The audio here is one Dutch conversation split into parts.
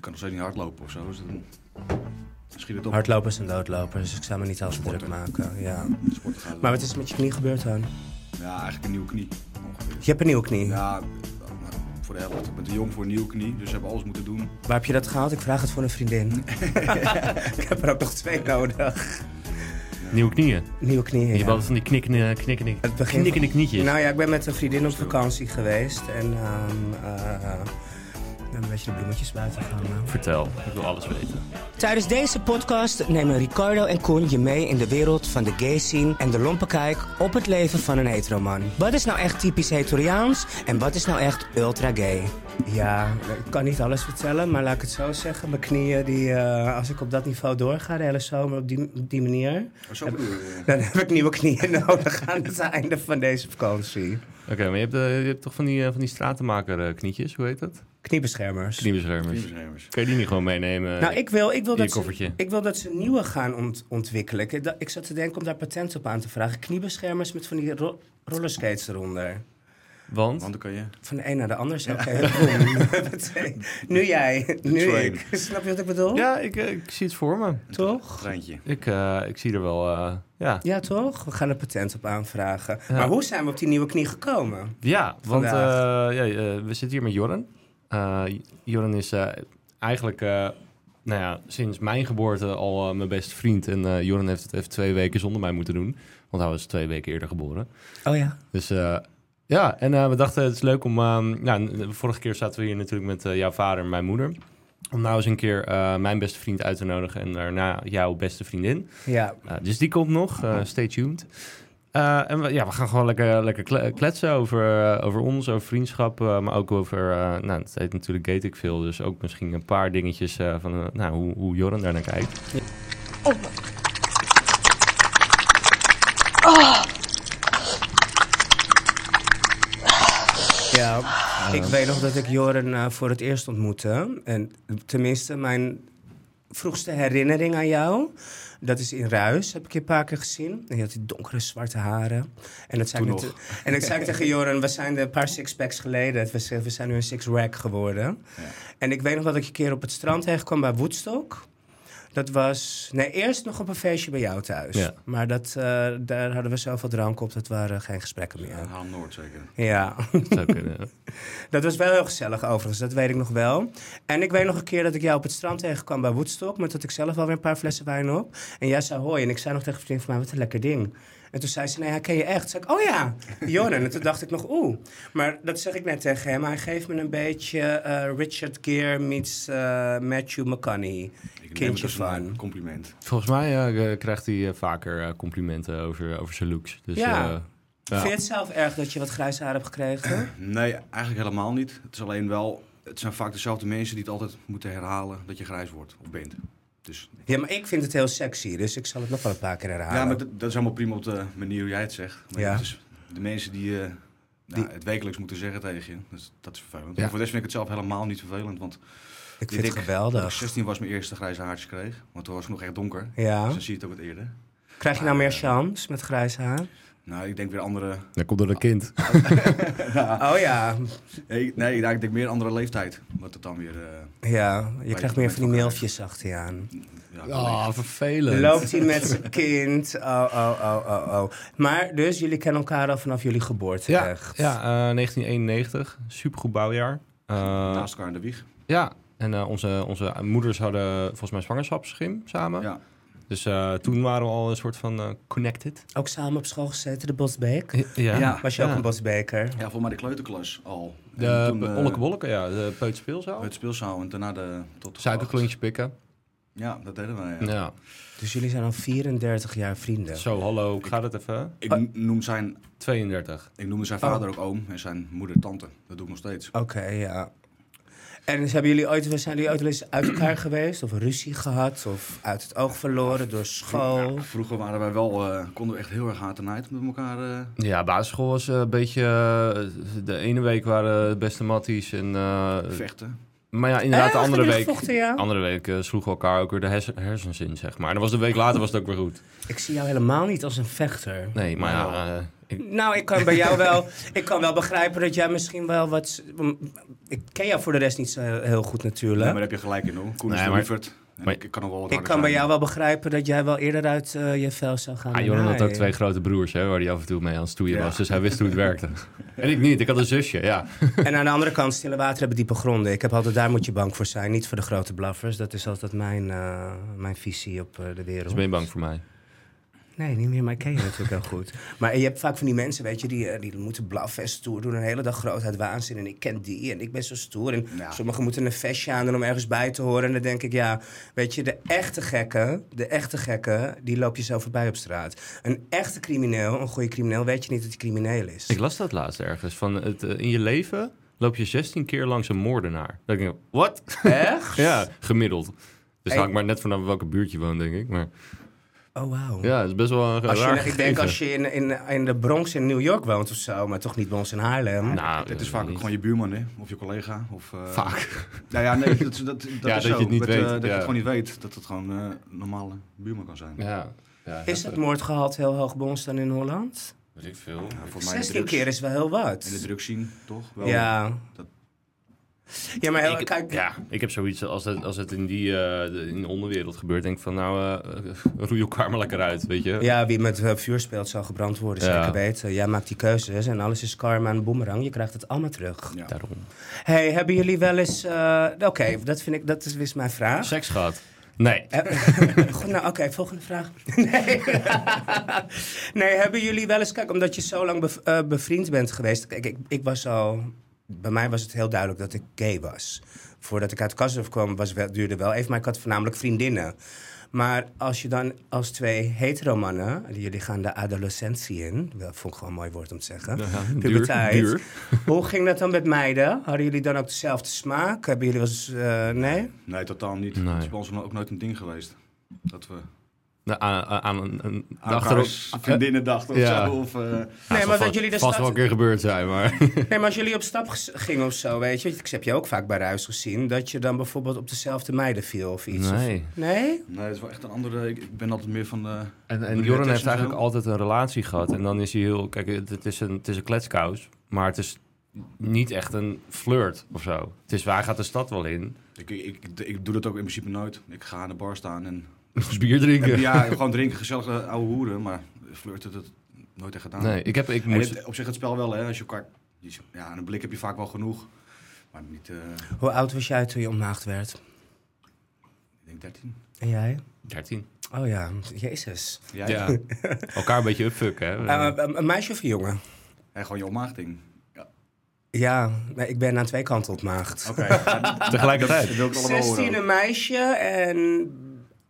kan nog steeds niet hardlopen of zo. Dus dan schiet het op. Hardlopers en doodlopers, dus ik zou me niet altijd druk maken. Ja. Sporten gaat het Maar wel. wat is er met je knie gebeurd dan? Ja, eigenlijk een nieuwe knie. Ongeveer. Je hebt een nieuwe knie. Ja, maar voor de helft. Ik ben te jong voor een nieuwe knie, dus ze hebben alles moeten doen. Waar heb je dat gehaald? Ik vraag het voor een vriendin. ik heb er ook nog twee nodig. Nieuwe knieën. Nieuwe knieën. Je ja. hebt altijd van die eh, knikkende, knikkende, Het begin knikkende van- knietjes. Nou ja, ik ben met een vriendin op vakantie geweest. En ehm eh, we hebben een beetje de bloemetjes buiten gehangen. Vertel, ik wil alles weten. Tijdens deze podcast nemen Ricardo en Koen je mee in de wereld van de gay scene en de lompe kijk op het leven van een heteroman. Wat is nou echt typisch hetoriaans en wat is nou echt ultra gay? Ja, ik kan niet alles vertellen, maar laat ik het zo zeggen. Mijn knieën, die, eh, als ik op dat niveau doorga de hele zomer op die, op die manier, Zo bedoel je. eh, dan heb ik nieuwe knieën nodig aan het einde van deze vakantie. Oké, maar je hebt, eh, je hebt toch van die, eh, van die stratenmaker eh, knietjes, hoe heet dat? Kniebeschermers. Kniebeschermers. Kniebeschrijvers. Kan je die niet gewoon meenemen? Nou, ik wil, ik, wil Eh, je dat ze, koffertje. ik wil dat ze nieuwe gaan ont- ontwikkelen. Ik, dat- ik zat te denken om daar patent op aan te vragen. Kniebeschermers met van die ro- rollerskates eronder. Want? Want Oh. dan kan je. Van de een naar de ander. Zo, oké, boem. Meteen. nu jij, nu train. ik. Snap je wat ik bedoel? Ja, ik, eh, ik zie het voor me. Toch? Treintje. Ik, eh, ik zie er wel, eh, ja. Ja, toch? We gaan er patent op aanvragen. Maar hoe zijn we op die nieuwe knie gekomen? Ja, want eh, ja, Vandaag. eh, we zitten hier met Jorren. Eh, J- Jorren is eh, eigenlijk eh, nou ja, sinds mijn geboorte al eh, mijn beste vriend. En eh Jorren heeft het even twee weken zonder mij moeten doen. Want hij was twee weken eerder geboren. Oh ja. Dus eh, ja, en eh, we dachten het is leuk om... ehm, nou, n- vorige keer zaten we hier natuurlijk met eh, jouw vader en mijn moeder. Om nou eens een keer eh, mijn beste vriend uit te nodigen en daarna jouw beste vriendin. Ja. Eh, dus die komt nog, eh, stay tuned. Eh, en we, ja, we gaan gewoon lekker, lekker kle- kletsen over, eh, over ons, over vriendschap, eh, maar ook over, eh, nou, het heet natuurlijk Gate ik veel, dus ook misschien een paar dingetjes eh, van eh, nou, hoe, hoe Jorren daar naar kijkt. Ja, ik weet nog dat ik Joren eh, voor het eerst ontmoette. En tenminste, mijn vroegste herinnering aan jou, dat is in Ruis, heb ik je een paar keer gezien. En je had die donkere zwarte haren. En dat zei, ik, Toen net- en dat zei ik tegen Joren, we zijn een paar sixpacks geleden. We zijn, we zijn nu een six-rack geworden. En ik weet nog dat ik een keer op het strand tegenkwam bij Woodstock. Dat was, nee, eerst nog op een feestje bij jou thuis. Ja. Maar dat, eh, daar hadden we zoveel drank op, dat waren geen gesprekken meer. Haam Noord zeker. Ja. Dat zou kunnen. Dat was wel heel gezellig overigens, dat weet ik nog wel. En ik weet nog een keer dat ik jou op het strand tegenkwam bij Woodstock... maar dat ik zelf alweer een paar flessen wijn op. En jij zei hoi en ik zei nog tegen een vriendin van mij, wat een lekker ding. En toen zei ze, nee, hij ken je echt. Toen zei ik, oh ja, Joran. En toen dacht ik nog, oeh. Maar dat zeg ik net tegen hem. Hij geeft me een beetje eh, Richard Gere meets eh, Matthew McConaughey. Ik neem het Kindje als een van. compliment. Volgens mij eh, krijgt hij eh, vaker eh, complimenten over, over zijn looks. Dus, Ja. eh, Vind je het zelf erg dat je wat grijs haar hebt gekregen? Nee, eigenlijk helemaal niet. Het is alleen wel. Het zijn vaak dezelfde mensen die het altijd moeten herhalen dat je grijs wordt of bent. Dus, Ja, maar ik vind het heel sexy, dus ik zal het nog wel een paar keer herhalen. ja, maar dat, dat is allemaal prima op de manier hoe jij het zegt. Maar Ja. het is de mensen die, eh, nou, het wekelijks moeten zeggen tegen je, dus dat is vervelend. Ja. Maar Voor de rest vind ik het zelf helemaal niet vervelend. Want ik dit vind het ik- toen ik geweldig. 16 was mijn eerste grijze haartjes kreeg. Want toen was ik nog echt donker. Dus Nou. Ja. dan zie je het ook wat eerder. Krijg je nou meer chance met grijs haar? Nou, ik denk weer andere... dat komt door een kind. Oh ja, Nee, nee nou, ik denk meer andere leeftijd. Wat het dan weer... eh, ja. je je krijgt meer bent van die wel mailtjes achter je aan. ja, Ah, vervelend. Loopt hij met zijn kind? Oh, oh, oh, oh, oh. Maar dus, jullie kennen elkaar al vanaf jullie geboorte Ja, echt. ja eh, 1991, supergoed bouwjaar. Eh, Naast elkaar in de wieg. Ja, en eh, onze, onze moeders hadden volgens mij zwangerschapsschim samen. Ja. Dus eh, toen waren we al een soort van eh, connected. Ook samen op school gezeten, de Bosbeek. Ja. Ja. Was je ook Ja. een Bosbeker? Ja, volgens mij de kleuterklas al. De En pe- eh, Olleke Bolleke, ja. De peuterspeelzaal. Het speelzaal en daarna de... Tot de Suikerklontje pikken. Ja, dat deden wij. ja. Ja. Dus jullie zijn al 34 jaar vrienden. Zo, hallo, ik ga het even. Ik, n- noem zijn, 32. ik noemde zijn Oh. vader ook oom en zijn moeder tante. Dat doe ik nog steeds. Oké, ja. En dus hebben jullie ooit, zijn jullie ooit wel eens uit elkaar geweest? Of ruzie gehad? Of uit het oog verloren door school? Vroeger waren wij wel, eh, konden we echt heel erg hard en uit met elkaar. eh. Ja, basisschool was eh, een beetje... eh, de ene week waren het beste matties en... eh, vechten. maar ja, inderdaad, de Eh, andere jullie week... gevochten, ja? Andere week eh, sloegen we elkaar ook weer de hersen- hersens in, zeg maar. En dan was de week later was het ook weer goed. Ik zie jou helemaal niet als een vechter. Nee, maar ja, eh, Nou, ik kan bij jou wel, ik kan wel begrijpen dat jij misschien wel wat. Ik ken jou voor de rest niet zo heel goed natuurlijk. maar daar heb je gelijk in hoor. Koen is Nee, van maar- Lievert. En maar- ik, ik kan nog wel wat ik harder kan bij zijn. jou wel begrijpen dat jij wel eerder uit eh, je vel zou gaan. Ah, dan Joran had hij. ook twee grote broers, hè, waar hij af en toe mee aan het stoeien Ja. was. Dus hij wist hoe het werkte. En ik niet, ik had een zusje, ja. En aan de andere kant, stille water hebben diepe gronden. Ik heb altijd, daar moet je bang voor zijn. Niet voor de grote blaffers. Dat is altijd mijn, eh, mijn visie op eh, de wereld. Dus ben je bang voor mij? Nee, niet meer, maar ik ken je natuurlijk heel goed. Maar je hebt vaak van die mensen, weet je, die, eh, die moeten blaffen en stoer doen. Een hele dag grootheid waanzin. En ik ken die en ik ben zo stoer. En Ja. sommigen moeten een vestje aan doen om ergens bij te horen. En dan denk ik, ja, weet je, de echte gekken, de echte gekken, die loop je zo voorbij op straat. Een echte crimineel, een goede crimineel, weet je niet dat hij crimineel is. Ik las dat laatst ergens. Van het, eh, in je leven loop je 16 keer langs een moordenaar. Dat ik, wat? Echt? Ja, gemiddeld. Dus Hey. hangt maar net vanaf welke buurt je woont, denk ik. Maar Oh, wauw. ja, het is best wel een Als je, raar ik denk gegeven. als je in, in, in de Bronx in New York woont of zo, maar toch niet bij ons in Haarlem. Nou, Het is eh, vaak ook niet. gewoon je buurman, hè? Of je collega. Of, eh, Vaak. Nou ja, nee, dat, dat, dat Ja, is dat zo. je het niet Met, eh, weet, dat je ja. het gewoon niet weet. Dat het gewoon eh, een normale buurman kan zijn. Ja. ja Is dat het moordgehalte heel hoog bij ons dan in Holland? Weet ik veel. Ja, voor mij in de 16 drugs, keer is wel heel wat. In de druk zien, toch? Wel, Ja. dat- Ja, maar heel- Ik- kijk, Ja, ik heb zoiets als het, als het in die eh, de- in de onderwereld gebeurt, denk ik van nou, eh, roei elkaar maar lekker uit, weet je. Ja, wie met eh, vuur speelt zal gebrand worden, Ja. zeker weten. Jij maakt die keuzes en alles is karma en boemerang. Je krijgt het allemaal terug. Ja. Daarom. Hey, hebben jullie wel eens... eh, Oké, dat vind ik, dat is wist mijn vraag. Seks gehad? Nee. Eh, Goed, nou oké, volgende vraag. Nee. nee, hebben jullie wel eens... Kijk, omdat je zo lang bev- eh, bevriend bent geweest... Kijk, ik, ik was al... Bij mij was het heel duidelijk dat ik gay was. Voordat ik uit Kassel kwam, was wel, duurde wel even... maar ik had voornamelijk vriendinnen. Maar als je dan als twee heteromannen... jullie gaan de adolescentie in... dat vond ik gewoon een mooi woord om te zeggen... Ja, Puberteit. Hoe ging dat dan met meiden? Hadden jullie dan ook dezelfde smaak? Hebben jullie wel eens... eh, nee? Nee, totaal niet. Nee. Het is bij ons ook nooit een ding geweest. Dat we Nou, aan, aan, aan een- een aan elkaars vriendinnen dachten of Ja. zo. Of, eh, maar dat vast, jullie de vast stad- wel een keer gebeurd zijn, maar... Nee, maar als jullie op stap ges- gingen of zo, weet je... Ik heb je ook vaak bij Ruis gezien... dat je dan bijvoorbeeld op dezelfde meiden viel of iets. of- Nee. nee? nee, het is wel echt een andere... Ik ik ben altijd meer van... eh, En, en Jullie Joran heeft ertussen eigenlijk zo? altijd een relatie gehad. En dan is hij heel... Kijk, het, het is een, het is een kletskous, maar het is niet echt een flirt of zo. Het is, waar gaat de stad wel in? ik, ik, ik, ik doe dat ook in principe nooit. Ik ga aan de bar staan en... Bier drinken. Ja, gewoon drinken, gezellige oude hoeren. Maar flirten, dat nooit echt gedaan. Nee, ik, heb, ik En moest... het- op zich het spel wel, hè. Als je elkaar... je- Ja, aan een blik heb je vaak wel genoeg. Maar niet... eh, Hoe oud was jij toen je ontmaagd werd? ik denk 13. En jij? 13. Oh ja, jezus. Jij? Ja. Elkaar een beetje upfucken, hè. Eh, eh, een meisje of een jongen? En gewoon je opmaagding. Ja, nee, ik ben aan twee kanten ontmaagd. Oké. Tegelijkertijd. Dat wil ik allemaal 16 een horen. meisje en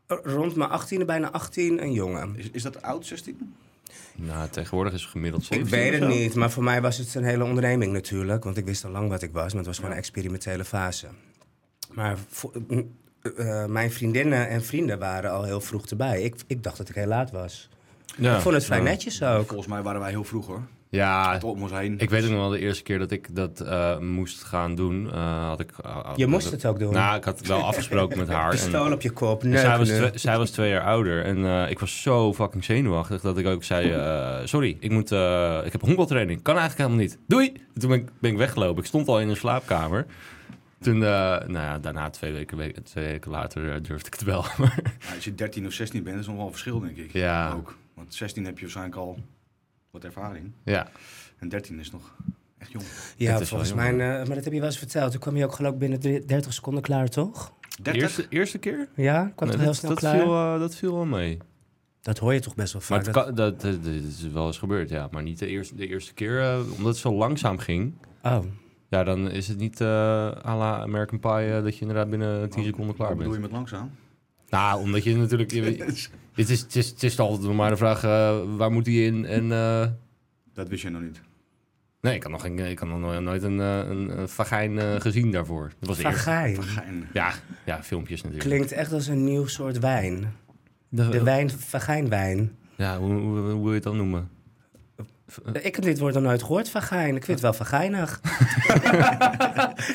rond mijn 18e, bijna 18, een jongen. Is, is dat oud, 16? Nou, tegenwoordig is het gemiddeld Ik 17 weet of het zo. niet, maar voor mij was het een hele onderneming natuurlijk. Want ik wist al lang wat ik was, maar het was gewoon een experimentele fase. Maar vo- m- eh, mijn vriendinnen en vrienden waren al heel vroeg erbij. Ik, ik dacht dat ik heel laat was. Ja. ik vond het vrij Ja. netjes ook. Volgens mij waren wij heel vroeg, hoor. Ja, Tot om ons heen. ik weet ook nog wel de eerste keer dat ik dat eh, moest gaan doen. eh, had ik, had- Je moest had- het ook doen. Nou, ik had het wel afgesproken met haar. Pistool op je kop, en zij, was neuken. twee, zij was twee jaar ouder en eh, ik was zo fucking zenuwachtig dat ik ook zei... eh, sorry, ik, moet, eh, ik heb honkbaltraining. Kan eigenlijk helemaal niet. Doei! En Toen ben ik, ben ik weggelopen. Ik stond al in een slaapkamer. Toen, eh, nou ja, daarna twee weken, we- twee weken later eh, durfde ik het wel. Maar Ja, als je 13 of 16 bent, is nog wel een verschil, denk ik. Ja. Ook. Want 16 heb je waarschijnlijk al wat ervaring. ja, En 13 is nog echt jong. Het Ja, is volgens wel mij, heel eh, maar dat heb je wel eens verteld. Toen kwam je ook geloof ik binnen drie- 30 seconden klaar, toch? 30? eerste, eerste keer? Ja, kwam Nee, toch heel dat, snel dat klaar? Viel, eh, dat viel wel mee. Dat hoor je toch best wel Maar vaak. het kan- dat, dat, dat is wel eens gebeurd, ja. Maar niet de eerste, de eerste keer, eh, omdat het zo langzaam ging. dat- Oh. Ja, dan is het niet eh à la American Pie eh, dat je inderdaad binnen 10 seconden klaar Oh, Wat bedoel bent. je met langzaam? Nou, omdat je natuurlijk... je- het, is, het, is, het is altijd nog maar de vraag, eh, waar moet hij in? En, eh, Dat wist je nog niet. nee, ik kan nog, geen, ik kan nog nooit- nooit een, eh, een, eh, vagijn eh, gezien daarvoor. Dat was de eerste. Vagijn. Gein. Ja, ja, filmpjes natuurlijk. Klinkt echt als een nieuw soort wijn. De- De wijn, vagijnwijn. ja, hoe, hoe, hoe wil je het dan noemen? Ik heb dit woord nog nooit gehoord, vagijn. Ik vind het wel vagijnig.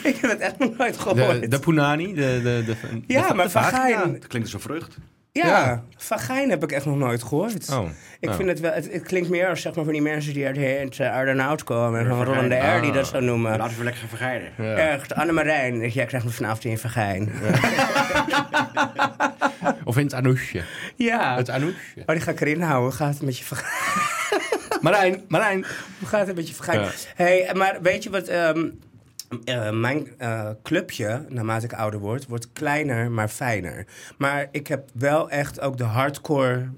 ik heb het echt nog nooit gehoord. De, de punani? De, de, de, ja, de- maar de vagina. vagijn. Dat klinkt als een vrucht. Ja, Ja. vagijn heb ik echt nog nooit gehoord. Oh, Ik nou. vind het wel, het, het klinkt meer als zeg maar van die mensen die uit, uit eh, Aardenhout komen. En van Vagijn. Roland de R Ah. die dat zo noemen. Laten we lekker vergrijden. Ja. Echt, Annemarijn. Jij krijgt me vanavond in vagijn. Of in het anousje. Ja. Het anousje. Oh, die ga ik erin houden. Gaat het met je vagijn? Marijn, Marijn. Hoe gaat het met je vergijn? Ja. Hey, maar weet je wat? ehm, eh, mijn eh, clubje, naarmate ik ouder word, wordt kleiner, maar fijner. Maar ik heb wel echt ook de hardcore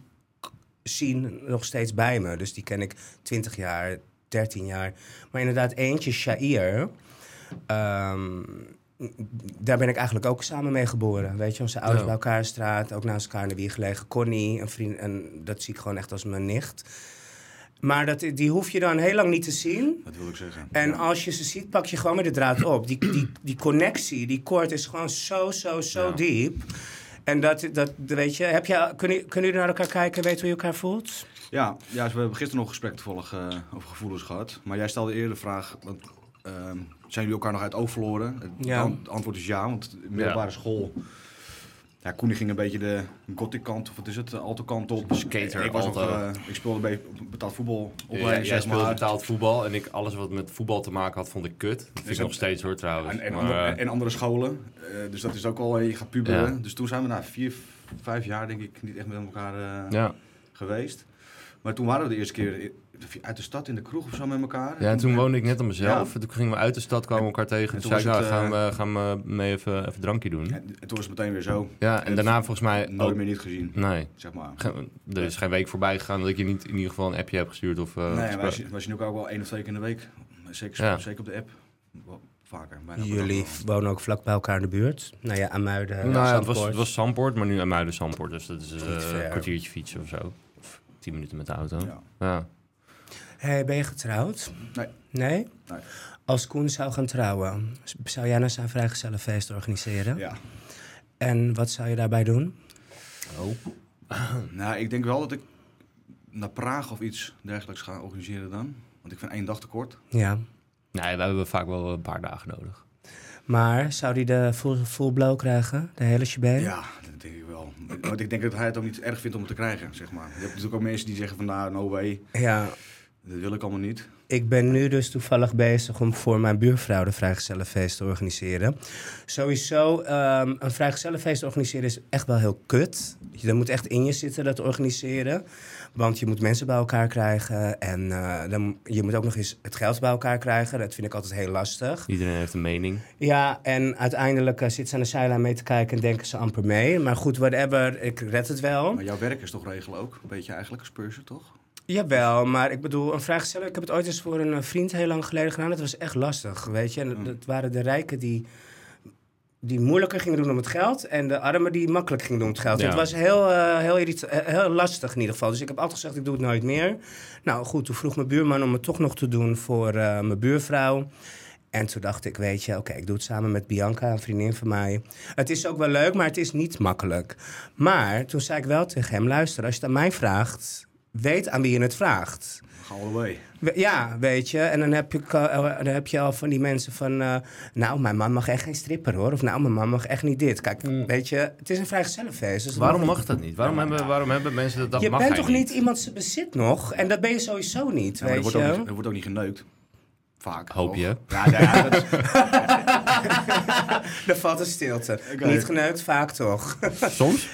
scene nog steeds bij me. Dus die ken ik 20 jaar, 13 jaar. Maar inderdaad, eentje, Shair. ehm, daar ben ik eigenlijk ook samen mee geboren. Weet je, onze ouders Ja. bij elkaar straat, ook naast elkaar in de wieg gelegen. Connie, een vriend, en dat zie ik gewoon echt als mijn nicht. Maar dat, die hoef je dan heel lang niet te zien. Dat wil ik zeggen. En Ja. als je ze ziet, pak je gewoon met de draad op. Die, die, die connectie, die koord is gewoon zo, zo, zo Ja. diep. En dat, dat weet je, heb je, kunnen, kunnen jullie naar elkaar kijken en weten hoe je elkaar voelt? Ja, ja, dus we hebben gisteren nog een gesprek toevallig eh, over gevoelens gehad. Maar jij stelde eerder de vraag, want, ehm, zijn jullie elkaar nog uit het oog verloren? Het Ja. an- het antwoord is ja, want in middelbare school... Ja, Koen die ging een beetje de gothic kant, of wat is het, de alto kant op. Skater, ik, was nog, alto. eh, ik speelde bij betaald voetbal. Ja, opleiding, jij zeg speelde maar. betaald voetbal en ik alles wat met voetbal te maken had, vond ik kut. Dat vind Dus ik dat- nog steeds hoor trouwens. En, en, Maar, andere, eh, en andere scholen. Eh, dus dat is ook al, je gaat puberen. Ja. Dus toen zijn we na vier, vijf jaar denk ik niet echt met elkaar eh, ja. geweest. Maar toen waren we de eerste keer i- uit de stad in de kroeg of zo met elkaar. eh, ja, en toen woonde ik net aan mezelf. Ja. En toen gingen we uit de stad, kwamen we elkaar tegen. en Toen toen zei ik, nou, was het, gaan we, gaan we mee even, even drankje doen. En, en toen was het meteen weer zo. Ja, en het- daarna volgens mij... Nooit oh, meer niet gezien, Nee. zeg maar. Ge- Er is geen week voorbij gegaan dat ik je niet in ieder geval een appje heb gestuurd of... eh, nee, wij, gesproken. zien- wij zien elkaar ook wel één of twee keer in de week. Zeker, Ja. zeker op de app. Wel Vaker. bijna op de Jullie dag wel. wonen ook vlak bij elkaar in de buurt. Nou ja, Amuiden, nou ja, het was, Zandpoort. het was Zandpoort, maar nu aan muiden Zandpoort. Dus dat is eh, Niet ver. een kwartiertje fietsen of zo. Of tien minuten met de auto. Ja. Ja. Hey, ben je getrouwd? Nee. Nee? Nee. Als Koen zou gaan trouwen, z- zou jij nou zijn vrijgezellenfeest organiseren? ja. En wat zou je daarbij doen? Nou, ik denk wel dat ik naar Praag of iets dergelijks ga organiseren dan. Want ik vind één dag te kort. Ja. Nee, we hebben vaak wel een paar dagen nodig. Maar zou die de full, full blow krijgen? De hele shebang? Ja, dat denk ik wel. Want ik denk dat hij het ook niet erg vindt om het te krijgen, zeg maar. Je hebt natuurlijk ook mensen die zeggen van, nou, no way, ja. dat wil ik allemaal niet. Ik ben nu dus toevallig bezig om voor mijn buurvrouw de vrijgezellenfeest te organiseren. Sowieso, ehm, een vrijgezellenfeest organiseren is echt wel heel kut. Je dat moet echt in je zitten, dat organiseren. Want je moet mensen bij elkaar krijgen. En eh, dan, je moet ook nog eens het geld bij elkaar krijgen. Dat vind ik altijd heel lastig. Iedereen heeft een mening. Ja, en uiteindelijk eh, zitten ze aan de zijlijn mee te kijken en denken ze amper mee. Maar goed, whatever, ik red het wel. Maar jouw werk is toch regelen ook? Een beetje eigenlijk, speursen toch? Jawel, maar ik bedoel, een vraag stellen. Ik heb het ooit eens voor een eh, vriend heel lang geleden gedaan. Dat was echt lastig, weet je. En het- het waren de rijken die, die moeilijker gingen doen om het geld. En de armen die makkelijk gingen doen om het geld. Ja. Het was heel, eh, heel, irrit- eh, heel lastig in ieder geval. Dus ik heb altijd gezegd, ik doe het nooit meer. Nou goed, toen vroeg mijn buurman om het toch nog te doen voor eh, mijn buurvrouw. En toen dacht ik, weet je, oké, ik doe het samen met Bianca, een vriendin van mij. Het is ook wel leuk, maar het is niet makkelijk. Maar toen zei ik wel tegen hem, luister, als je het aan mij vraagt, weet aan wie je het vraagt. Ga all the way. We- Ja, weet je. En dan heb, je, ka- eh, dan heb je al van die mensen van... eh, nou, mijn man mag echt geen stripper, hoor. Of nou, mijn man mag echt niet dit. Kijk, weet je, het is een vrijgezellenfeest. Dus Waarom mag dat niet? Waarom, hebben, waarom hebben mensen dat? dat je mag bent hij toch niet, iemand zijn bezit nog? En dat ben je sowieso niet, Ja, maar weet er, wordt je. ook niet, er wordt ook niet geneukt. Vaak. Hoop je. toch? Ja, ja, ja, dat is- Er valt een stilte. Oké. Niet geneukt, vaak toch. Soms?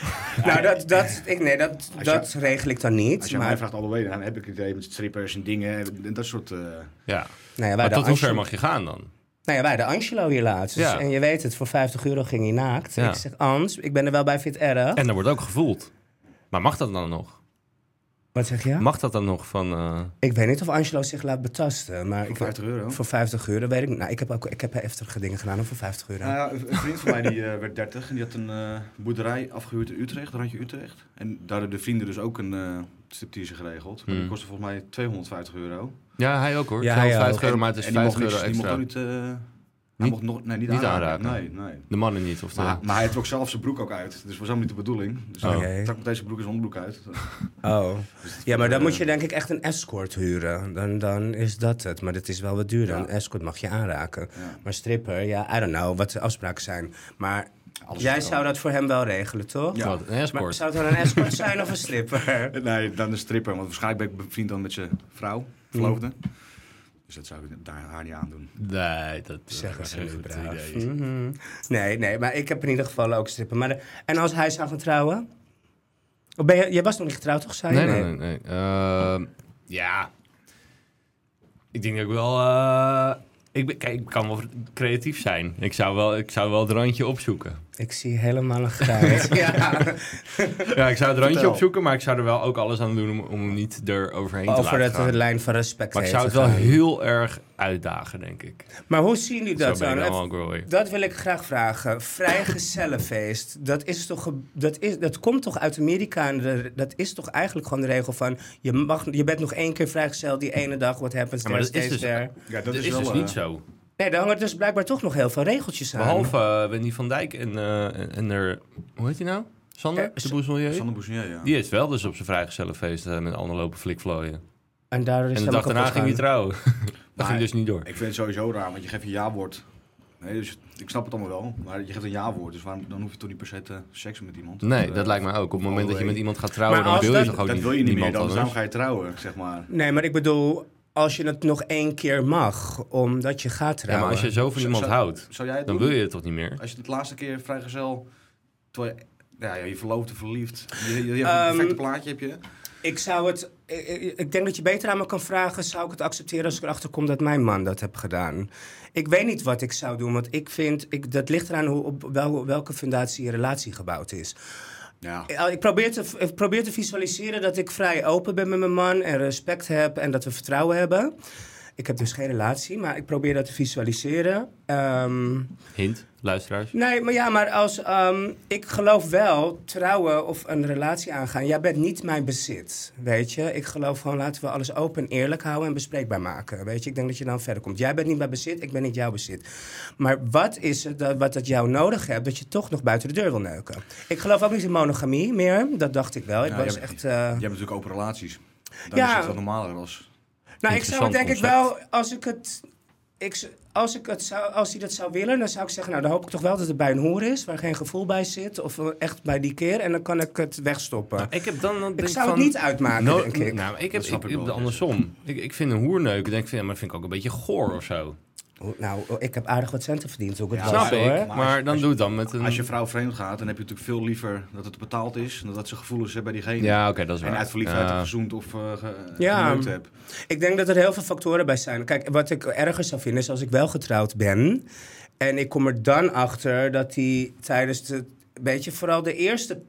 nou, dat, dat, ik, nee, dat, je- dat regel ik dan als niet. je Maar, mij vraagt all the way, dan heb ik het idee met strippers en dingen en dat soort... eh, Ja. nou ja, wij Maar de tot Angelo- hoever mag je gaan dan? Nou ja, wij de Angelo hier laatst. Dus- Ja. En je weet het, voor 50 euro ging hij naakt. Ja. Ik zeg, Ans, ik ben er wel bij Fit erg. En er wordt ook gevoeld. Maar mag dat dan nog? Wat zeg je? Mag dat dan nog van... eh, Ik weet niet of Angelo zich laat betasten, maar ik, voor 50 euro. voor 50 euro weet ik niet. Nou, ik heb ook ik heb heftige dingen gedaan hoor, voor 50 euro. Nou ja, een een vriend van mij die eh, werd 30 en die had een eh, boerderij afgehuurd in Utrecht, randje Utrecht. En daar hadden de vrienden dus ook een eh striptease geregeld. Maar die Hmm. kostte volgens mij 250 euro. Ja, hij ook hoor. Ja, Ja, hij 50 ook. euro, maar het is en die mocht, 50 euro niks- die mocht extra. ook niet, eh, hij Niet- mocht nog, nee, niet, niet aanraken. aanraken. Nee, nee. De mannen niet, of de... Ah. Maar, maar hij trok zelf zijn broek ook uit. Dus was helemaal niet de bedoeling. Dus Oh. hij Oké. trok meteen zijn broek en zijn onderbroek uit. Oh. Dus Ja, maar dan eh, moet je denk ik echt een escort huren. Dan, dan is dat het. Maar dat is wel wat duurder. Ja. Een escort mag je aanraken. Ja. Maar stripper, ja, I don't know wat de afspraken zijn. Maar alles Jij is zou dat voor hem wel regelen, toch? Ja. Wat, een Maar escort. zou het dan een escort zijn of een stripper? wel. Nee, dan de stripper. Want waarschijnlijk ben ik bevriend dan met zijn vrouw, verloofde. Mm. Dus dat zou ik daar haar niet aandoen. Nee, dat dat Zeggen is ze geen niet goed braaf. idee. Mhm. Nee, nee, maar ik heb in ieder geval ook strippen. Maar de- en als hij zou gaan trouwen? Of ben je, jij was nog niet getrouwd, toch? Zei je? Nee, nee, nee. nee. Ehm, ja. Ik denk dat ik wel... eh, ik, ben- kijk, ik kan wel creatief zijn. Ik zou wel, ik zou wel het randje opzoeken. Ik zie helemaal een grijs. ja. Ja, ik zou het randje Vertel. opzoeken, maar ik zou er wel ook alles aan doen om, om hem niet er overheen te Over laten dat gaan. de lijn van respect Maar ik heen zou het te wel gaan. heel erg uitdagen, denk ik. Maar hoe zien jullie dat Zo ben ik dan? dan wel growy. Dat wil ik graag vragen. Vrijgezellenfeest, dat, is toch, ge- dat, is, dat komt toch uit Amerika? En de- dat is toch eigenlijk gewoon de regel van... Je, mag, je bent nog één keer vrijgezel die ene dag, what happens Ja, there, maar dat is stays dus- there. Ja, Dat, is, dus eh, niet zo. Nee, daar hangen dus blijkbaar toch nog heel veel regeltjes aan. Behalve eh, Wendy van Dijk en, eh, en er... Hoe heet hij nou? Sander? Eh, de boezelier? Sander Bouchier, ja. Die is wel dus op zijn vrijgezellenfeest eh, met allemaal lopen flikvlooien. En, daardoor is En de het dag helemaal daarna kapot ging hij gegaan. trouwen. dat ging dus niet door. Ik vind het sowieso raar, want je geeft je ja-woord. Nee, dus ik snap het allemaal wel, maar je geeft een ja-woord. Dus waarom, dan hoef je toch niet per se te seksen met iemand? Nee, Eh, dat lijkt mij ook. Op het moment dat je met iemand gaat trouwen, Maar dan als wil je dat- toch ook Dat niet, wil je niet meer, niemand dan, daarom anders. ga je trouwen, zeg maar. Nee, maar ik bedoel, als je het nog één keer mag, omdat je gaat Ja, maar trouwen. als je zo van Zou- iemand zou- houdt, Zou jij het dan doen? wil je het toch niet meer? Als je het laatste keer vrijgezel, terwijl je, ja, je verloopt of verliefd, je, je, je hebt Ehm, een perfecte plaatje heb je. Ik zou het... Ik, ik- ik denk dat je beter aan me kan vragen... zou ik het accepteren als ik erachter kom dat mijn man dat heb gedaan? Ik weet niet wat ik zou doen, want ik vind... Ik, dat ligt eraan hoe, op wel- welke fundatie je relatie gebouwd is. Ja, Eh, Ik probeer, te, ik probeer te visualiseren dat ik vrij open ben met mijn man... en respect heb en dat we vertrouwen hebben... Ik heb dus geen relatie, maar ik probeer dat te visualiseren. Ehm, Hint, luisteraars. Nee, maar ja, maar als ehm, ik geloof wel trouwen of een relatie aangaan. Jij bent niet mijn bezit, weet je. Ik geloof gewoon laten we alles open, en eerlijk houden en bespreekbaar maken, weet je. Ik denk dat je dan verder komt. Jij bent niet mijn bezit, ik ben niet jouw bezit. Maar wat is het dat, wat dat jou nodig hebt dat je toch nog buiten de deur wil neuken? Ik geloof ook niet in monogamie meer. Dat dacht ik wel. Ik Ja, was jij- echt. eh, je hebt natuurlijk open relaties. Dan Ja. is het wat normaler als... Nou, ik zou het denk Interessant ik wel, als ik het. Ik, z- als, ik het zou, als hij dat zou willen, dan zou ik zeggen: Nou, dan hoop ik toch wel dat het bij een hoer is, waar geen gevoel bij zit, of eh, echt bij die keer, en dan kan ik het wegstoppen. Nou, ik heb dan, dan ik denk zou van- het niet uitmaken, No- denk ik. Nou, ik heb snap ik, ik wel. de andersom. Ik, ik vind een hoerneuken, denk ik, van, ja, maar dat vind ik ook een beetje goor of zo. Oh, nou, oh, ik heb aardig wat centen verdiend, hoe ik het Ja, was, Snap ik, hoor. maar, Maar als- dan als- doe het dan met een... Als je vrouw vreemd gaat, dan heb je natuurlijk veel liever dat het betaald is... dan dat ze gevoelens hebben bij diegene. ja, oké, dat is waar. En uit verliefdheid Ja. of gezoend of eh ge, Ja. geneukt hebt. Ik denk dat er heel veel factoren bij zijn. Kijk, wat ik erger zou vinden is als ik wel getrouwd ben. En ik kom er dan achter dat die tijdens de. Weet je, vooral de eerste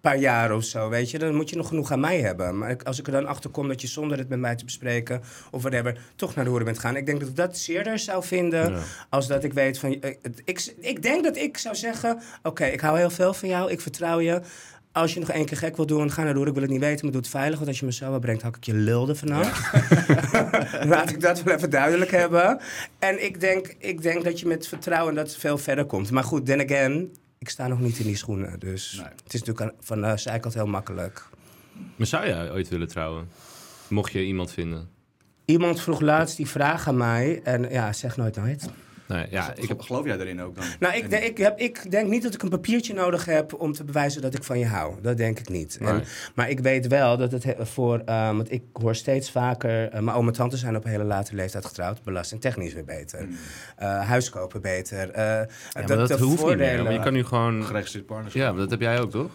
paar jaar of zo, weet je, dan moet je nog genoeg aan mij hebben. Maar ik- als ik er dan achter kom dat je zonder het met mij te bespreken of whatever, toch naar de horen bent gaan. Ik denk dat ik dat zeerder zou vinden Ja. als dat ik weet van. eh, het- Ik, ik denk dat ik zou zeggen: Oké, ik hou heel veel van jou, ik vertrouw je. Als je nog één keer gek wil doen, ga naar door. Ik wil het niet weten, maar doe het veilig. Want als je me zo brengt, hak ik je lulde vanaf. Laat ik dat wel even duidelijk hebben. En ik denk, ik denk dat je met vertrouwen dat veel verder komt. Maar goed, then again, ik sta nog niet in die schoenen. Dus Nee. het is natuurlijk aan- van de zijkant heel makkelijk. Maar zou jij ooit willen trouwen? Mocht je iemand vinden? Iemand vroeg laatst die vraag aan mij. En ja, zeg nooit nooit. Nee, ja, Gel- ik heb... Geloof jij daarin ook dan? Nou, ik, En- denk- ik, heb, ik denk niet dat ik een papiertje nodig heb om te bewijzen dat ik van je hou. Dat denk ik niet. En- Nee. maar ik weet wel dat het he- voor... eh, want ik hoor steeds vaker... eh, mijn oom en tante zijn op een hele late leeftijd getrouwd. Belastingtechnisch weer beter. Eh, huis kopen beter. Eh, Hmm. Ja, maar dat, de hoeft niet meer. voordelen- Maar je kan nu Een gewoon... Geregistreerd partnerschap? Ja, maar dat heb jij ook, toch?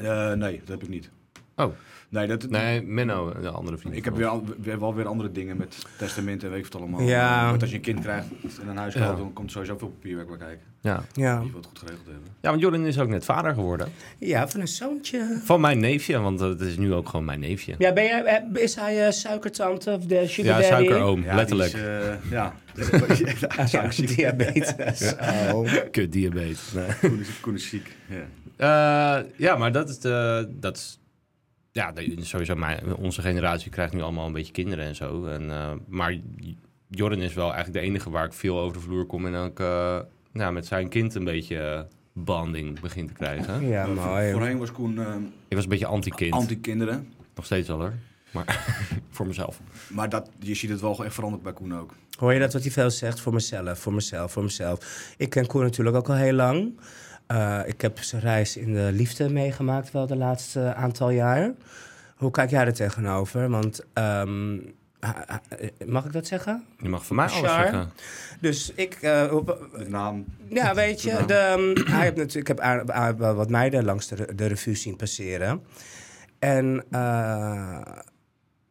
Eh, nee, dat heb ik niet. Oh. Nee, dat, Nee, Menno, de andere vriend. Ik heb weer, al- weer- wel weer andere dingen met testament en weet ik wat allemaal. Ja. Want als je een kind krijgt en een huis Ja. koopt, dan komt sowieso veel papierwerk bij kijken. Ja. Ja. Die wil het goed geregeld hebben. ja, want Jordan is ook net vader geworden. ja, van een zoontje. Van mijn neefje, want eh, het is nu ook gewoon mijn neefje. Ja, ben jij, eh, is hij eh, suikertante of de sugar Ja, daddy? suikeroom, Ja, letterlijk. die is, eh, ja. Ja, Ja, Zou ik ziek. Ah, diabetes. Oh. eh, Kut diabetes. Nee. Koen is- Koen is ziek. Ja. Eh, ja, maar dat is, de, dat is ja, de- sowieso mijn, onze generatie krijgt nu allemaal een beetje kinderen en zo. En, eh, maar Jordan is wel eigenlijk de enige waar ik veel over de vloer kom en ook eh, nou, met zijn kind een beetje eh, bonding begin te krijgen. Ja, mooi. Voorheen was Koen eh, Ik was een beetje anti-kind, anti-kinderen. nog steeds wel hoor, maar voor mezelf. Maar dat, je ziet het wel echt veranderd bij Koen ook. Hoor je dat wat hij veel zegt? Voor mezelf, voor mezelf, voor mezelf. Ik ken Koen natuurlijk ook al heel lang. Eh, eh, ik heb zijn reis in de liefde meegemaakt wel de laatste aantal jaar. Hoe kijk jij er tegenover? Want, ehm, ha- ha- eh, mag ik dat zeggen? Je mag van mij alles Char. zeggen. Dus ik, eh, op- De naam. ja, weet je, de, ehm, hij heeft natuurlijk, ik heb aar- aar- wel wat meiden langs de, re- de revue zien passeren. En eh,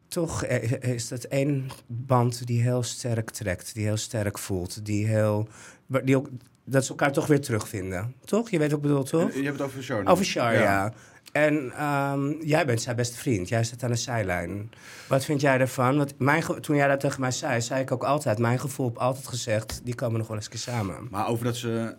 toch eh, is dat één band die heel sterk trekt, die heel sterk voelt, die heel. wa- Die ook, dat ze elkaar toch weer terugvinden. Toch? Je weet wat ik bedoel, toch? Je hebt het over Sharon. Over Char, ja. Ja. En ehm, jij bent zijn beste vriend. Jij staat aan de zijlijn. Wat vind jij daarvan? Want mijn ge- toen jij dat tegen mij zei, zei ik ook altijd... mijn gevoel heb altijd gezegd... die komen nog wel eens een keer samen. Maar over dat ze...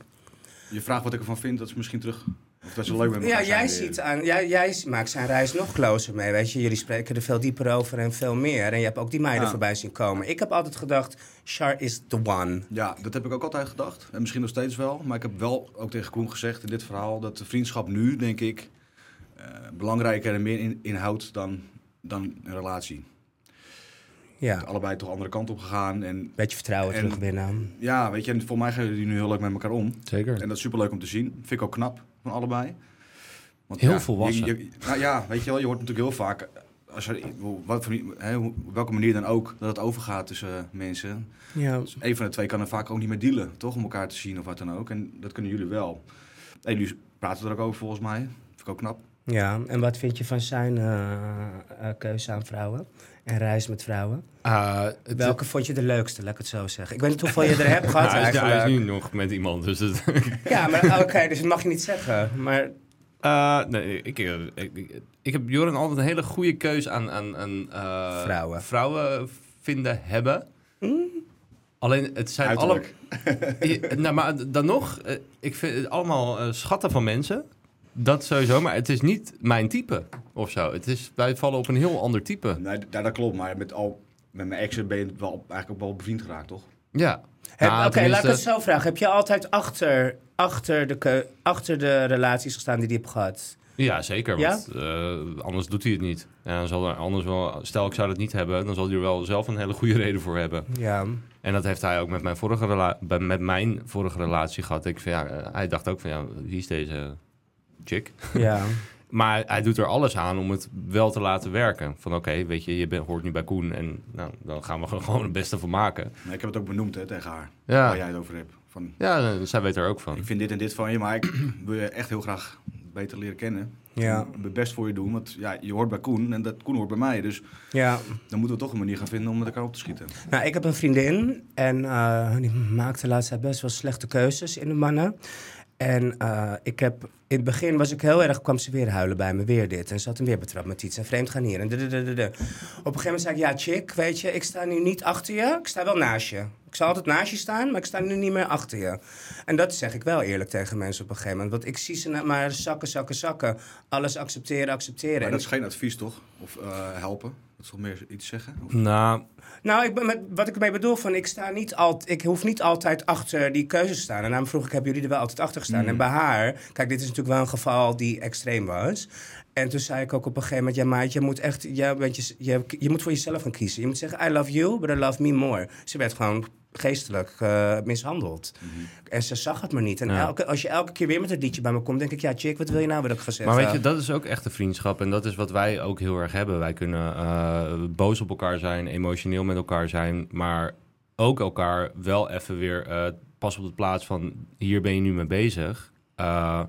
Je vraagt wat ik ervan vind, dat ze misschien terug... Of dat ze leuk met elkaar Ja, zijn jij, weer. ziet aan, jij, jij maakt zijn reis nog closer mee. Weet je, jullie spreken er veel dieper over en veel meer. En je hebt ook die meiden Ja. voorbij zien komen. Ik heb altijd gedacht, Char is the one. Ja, dat heb ik ook altijd gedacht. En misschien nog steeds wel. Maar ik heb wel ook tegen Koen gezegd in dit verhaal... dat de vriendschap nu, denk ik... eh, belangrijker en meer in, inhoudt dan, dan een relatie. Ja, Allebei toch andere kant op gegaan. En beetje vertrouwen En- terugwinnen. ja, weet je, en voor mij gaan jullie nu heel leuk met elkaar om. Zeker. En dat is superleuk om te zien. Vind ik ook knap van allebei. Want Heel ja, volwassen. je- je- nou ja, weet je wel, je hoort natuurlijk heel vaak, als er, wat, voor- hè, hoe- op welke manier dan ook, dat het overgaat tussen eh, mensen. Ja. Eén van de twee kan er vaak ook niet meer dealen, toch? Om elkaar te zien of wat dan ook. En dat kunnen jullie wel. En jullie praten er ook over volgens mij. Vind ik ook knap. ja, en wat vind je van zijn eh, eh, keuze aan vrouwen? En reis met vrouwen? eh, Welke vond je de leukste, laat ik het zo zeggen? Ik weet niet hoeveel je er hebt gehad Nou, hij, is, eigenlijk. hij is nu nog met iemand, dus dat... Ja, maar oké, dus dat mag je niet zeggen. Maar Eh, nee, ik, eh, ik, ik, ik heb Joran altijd een hele goede keus aan, aan, aan eh, Vrouwen. vrouwen vinden hebben. Alleen het zijn Uiterlijk. alle. Je- nou, maar dan nog, eh, ik vind het allemaal eh, schatten van mensen. Dat sowieso, maar het is niet mijn type of zo. Het is, wij vallen op een heel ander type. Nee, d- ja, dat klopt. Maar met, al, met mijn exen ben je wel, eigenlijk ook wel bevriend geraakt, toch? Ja. Heb- Oké, Nou, laat ik het tenminste- zo vragen. Heb je altijd achter, achter, de, keu- achter de relaties gestaan die je hebt gehad? Ja, zeker. Want eh, anders doet hij het niet. En dan zal er anders wel, stel ik zou dat niet hebben, dan zal hij er wel zelf een hele goede reden voor hebben. Ja. En dat heeft hij ook met mijn vorige, rela- bij- met mijn vorige relatie gehad. Ik, van, ja, eh, hij dacht ook van, ja, wie is deze chick? ja. Maar hij doet er alles aan om het wel te laten werken. Van oké, weet je, je bent hoort nu bij Koen en nou, dan gaan we er gewoon het beste van maken. Nee, ik heb het ook benoemd hè, tegen haar, waar Ja, jij het over hebt. Van, ja eh, zij weet er ook van. ik vind dit en dit van je, maar ik wil je echt heel graag beter leren kennen. Ja. mijn best voor je doen. Want ja, je hoort bij Koen en dat Koen hoort bij mij. Dus ja. dan moeten we toch een manier gaan vinden om met elkaar op te schieten. Nou, ik heb een vriendin en eh, die maakte laatst tijd best wel slechte keuzes in de mannen. En eh, ik heb, in het begin was ik heel erg, kwam ze weer huilen bij me, weer dit. En ze had hem weer betrapt met iets en vreemd gaan hier en dadadadada. Op een gegeven moment zei ik, ja chick, weet je, ik sta nu niet achter je, ik sta wel naast je. Ik zal altijd naast je staan, maar ik sta nu niet meer achter je. En dat zeg ik wel eerlijk tegen mensen op een gegeven moment. Want ik zie ze nou maar zakken, zakken, zakken. Alles accepteren, accepteren. Maar En dat is geen advies, toch? Of eh, helpen? Dat is toch meer iets zeggen? Of- Nou, Nou, ik ben met, wat ik ermee bedoel, van ik, sta niet al, ik hoef niet altijd achter die keuzes te staan. En daarom vroeg ik, hebben jullie er wel altijd achter gestaan? Hmm. En bij haar, kijk, dit is natuurlijk wel een geval die extreem was. En toen zei ik ook op een gegeven moment, ja maat, je moet echt, ja, weet je, je, je moet voor jezelf gaan kiezen. Je moet zeggen, I love you, but I love me more. Ze werd gewoon geestelijk eh, mishandeld. En ze zag het maar niet. En Hmm. Ja. elke, als je elke keer weer met het liedje bij me komt, denk ik, ja chick, wat wil je nou weer dat ik gezegd Maar weet heb? je, dat is ook echt een vriendschap. En dat is wat wij ook heel erg hebben. Wij kunnen eh, boos op elkaar zijn, emotioneel met elkaar zijn. Maar ook elkaar wel even weer eh, pas op de plaats van... hier ben je nu mee bezig. Eh,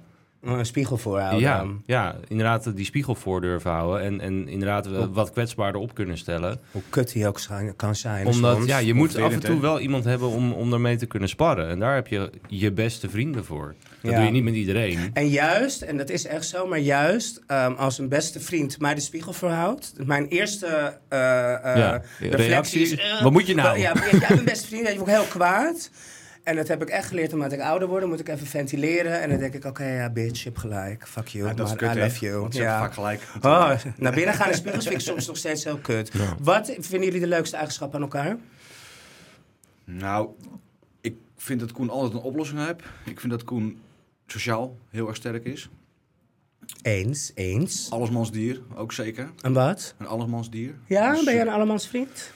Een spiegel voorhouden. ja, ja, inderdaad eh, die spiegel voor durven houden. En, en inderdaad eh, wat kwetsbaarder op kunnen stellen. Hoe kut hij ook scha- kan zijn. Omdat soms. ja, je moet af en confronterend, toe hè? wel iemand hebben om, om daarmee te kunnen sparren. En daar heb je je beste vrienden voor. Dat Ja. doe je niet met iedereen. En juist, en dat is echt zo, maar juist ehm, als een beste vriend mij de spiegel voorhoudt. Mijn eerste eh eh, Ja, reflectie reactie is... is, eh, wat moet je nou? Ja, ja, ja, mijn beste vriend, weet je, word ik heel kwaad. En dat heb ik echt geleerd omdat ik ouder word. Dan moet ik even ventileren. En dan denk ik, oké, ja, bitch, je hebt gelijk. Fuck you, Ja, Ah, dat is maar kut, I hè? love you. Want ze Ja. hebben vaak gelijk. Oh, naar binnen gaan in spiegels vind ik soms nog steeds heel kut. Wat vinden jullie de leukste eigenschap aan elkaar? Nou, ik vind dat Koen altijd een oplossing heeft. Ik vind dat Koen sociaal heel erg sterk is. Eens, eens. Allesmansdier, ook zeker. En wat? Een allesmansdier. Ja, Dus, ben eh, jij een allemansvriend?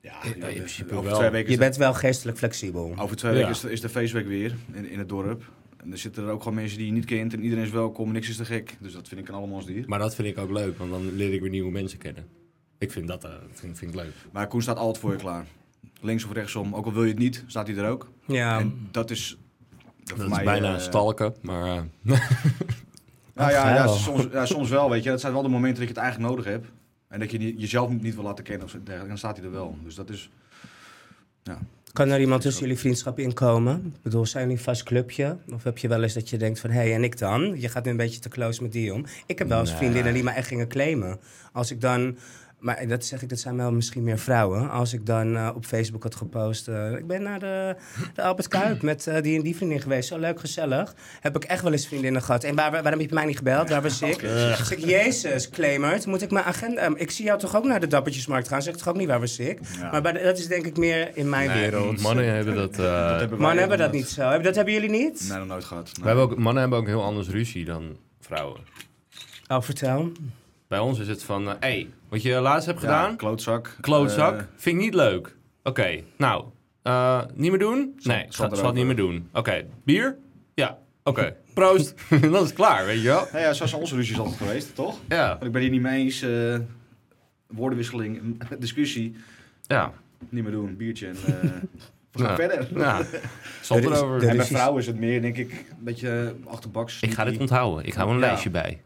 Ja, in ja, dus principe over wel. twee weken, Je is Oh. de, bent wel geestelijk flexibel. over twee Ja. weken is, de, is de feestweek weer in, in het dorp. Eh, En er zitten er ook gewoon mensen die je niet kent en iedereen is welkom, niks is te gek. Dus dat vind ik een allemans dier. Maar dat vind ik ook leuk, want dan leer ik weer nieuwe mensen kennen. Ik vind dat eh, vind, vind ik leuk. Maar Koen staat altijd voor je klaar. Links of rechtsom, ook al wil je het niet, staat hij er ook. Ja, en dat is... Dat voor is mij, bijna eh, stalken, maar eh, Nou ja, ja, Geil. soms, ja, soms wel, weet je. Dat zijn wel de momenten dat je het eigenlijk nodig hebt. En dat je niet- jezelf niet wil laten kennen of zo dergelijke. En dan staat hij er wel. Dus dat is... kan er iemand tussen jullie vriendschap inkomen? Ik bedoel, zijn jullie een vast clubje? Of heb je wel eens dat je denkt van, hé, hey, en ik dan? Je gaat nu een beetje te close met die om. Ik heb wel eens Nee. vriendinnen die me echt gingen claimen. Als ik dan... Maar dat zeg ik, dat zijn wel misschien meer vrouwen. Als ik dan eh, op Facebook had gepost... eh, ik ben naar de, de Albert Kuip met eh, die en die vriendin geweest. Zo leuk, gezellig. Heb ik echt wel eens vriendinnen gehad. En waar, waarom heb je mij niet gebeld? Waar was ik? Oh, Dus ik, jezus, claimert. Moet ik mijn agenda... eh, ik zie jou toch ook naar de Dappertjesmarkt gaan? Zeg ik toch ook niet waar was ik? Ja. Maar bij de- dat is denk ik meer in mijn nee, wereld. mannen hebben dat. eh, hebben wij Mannen hebben dat nog niet zo. Heb- Dat hebben jullie niet? nooit- Nee, nog nooit gehad. we Nee. hebben ook, mannen hebben ook heel anders ruzie dan vrouwen. Oh, vertel. Bij ons is het van, hé, hey, wat je laatst hebt Ja, gedaan, Klootzak. klootzak, Eh, vind ik niet leuk. Oké, nou, eh, niet meer doen? Zal- nee, zal ik zal, zal het erover. niet meer doen. Oké, bier? Ja, oké. Proost. Dan is het klaar, weet je wel. nou ja, zo zijn onze ruzies altijd geweest, toch? Ja, Want ik ben hier niet mee eens. eh, woordenwisseling, discussie. ja. Niet meer doen, biertje en eh, we gaan Ja. verder. ja. Zal Er is- erover. er En bij Ruzies. vrouwen is het meer, denk ik, een beetje eh, achterbaks. Ik ga dit sneaky. onthouden. Ik hou een Ja. lijstje bij.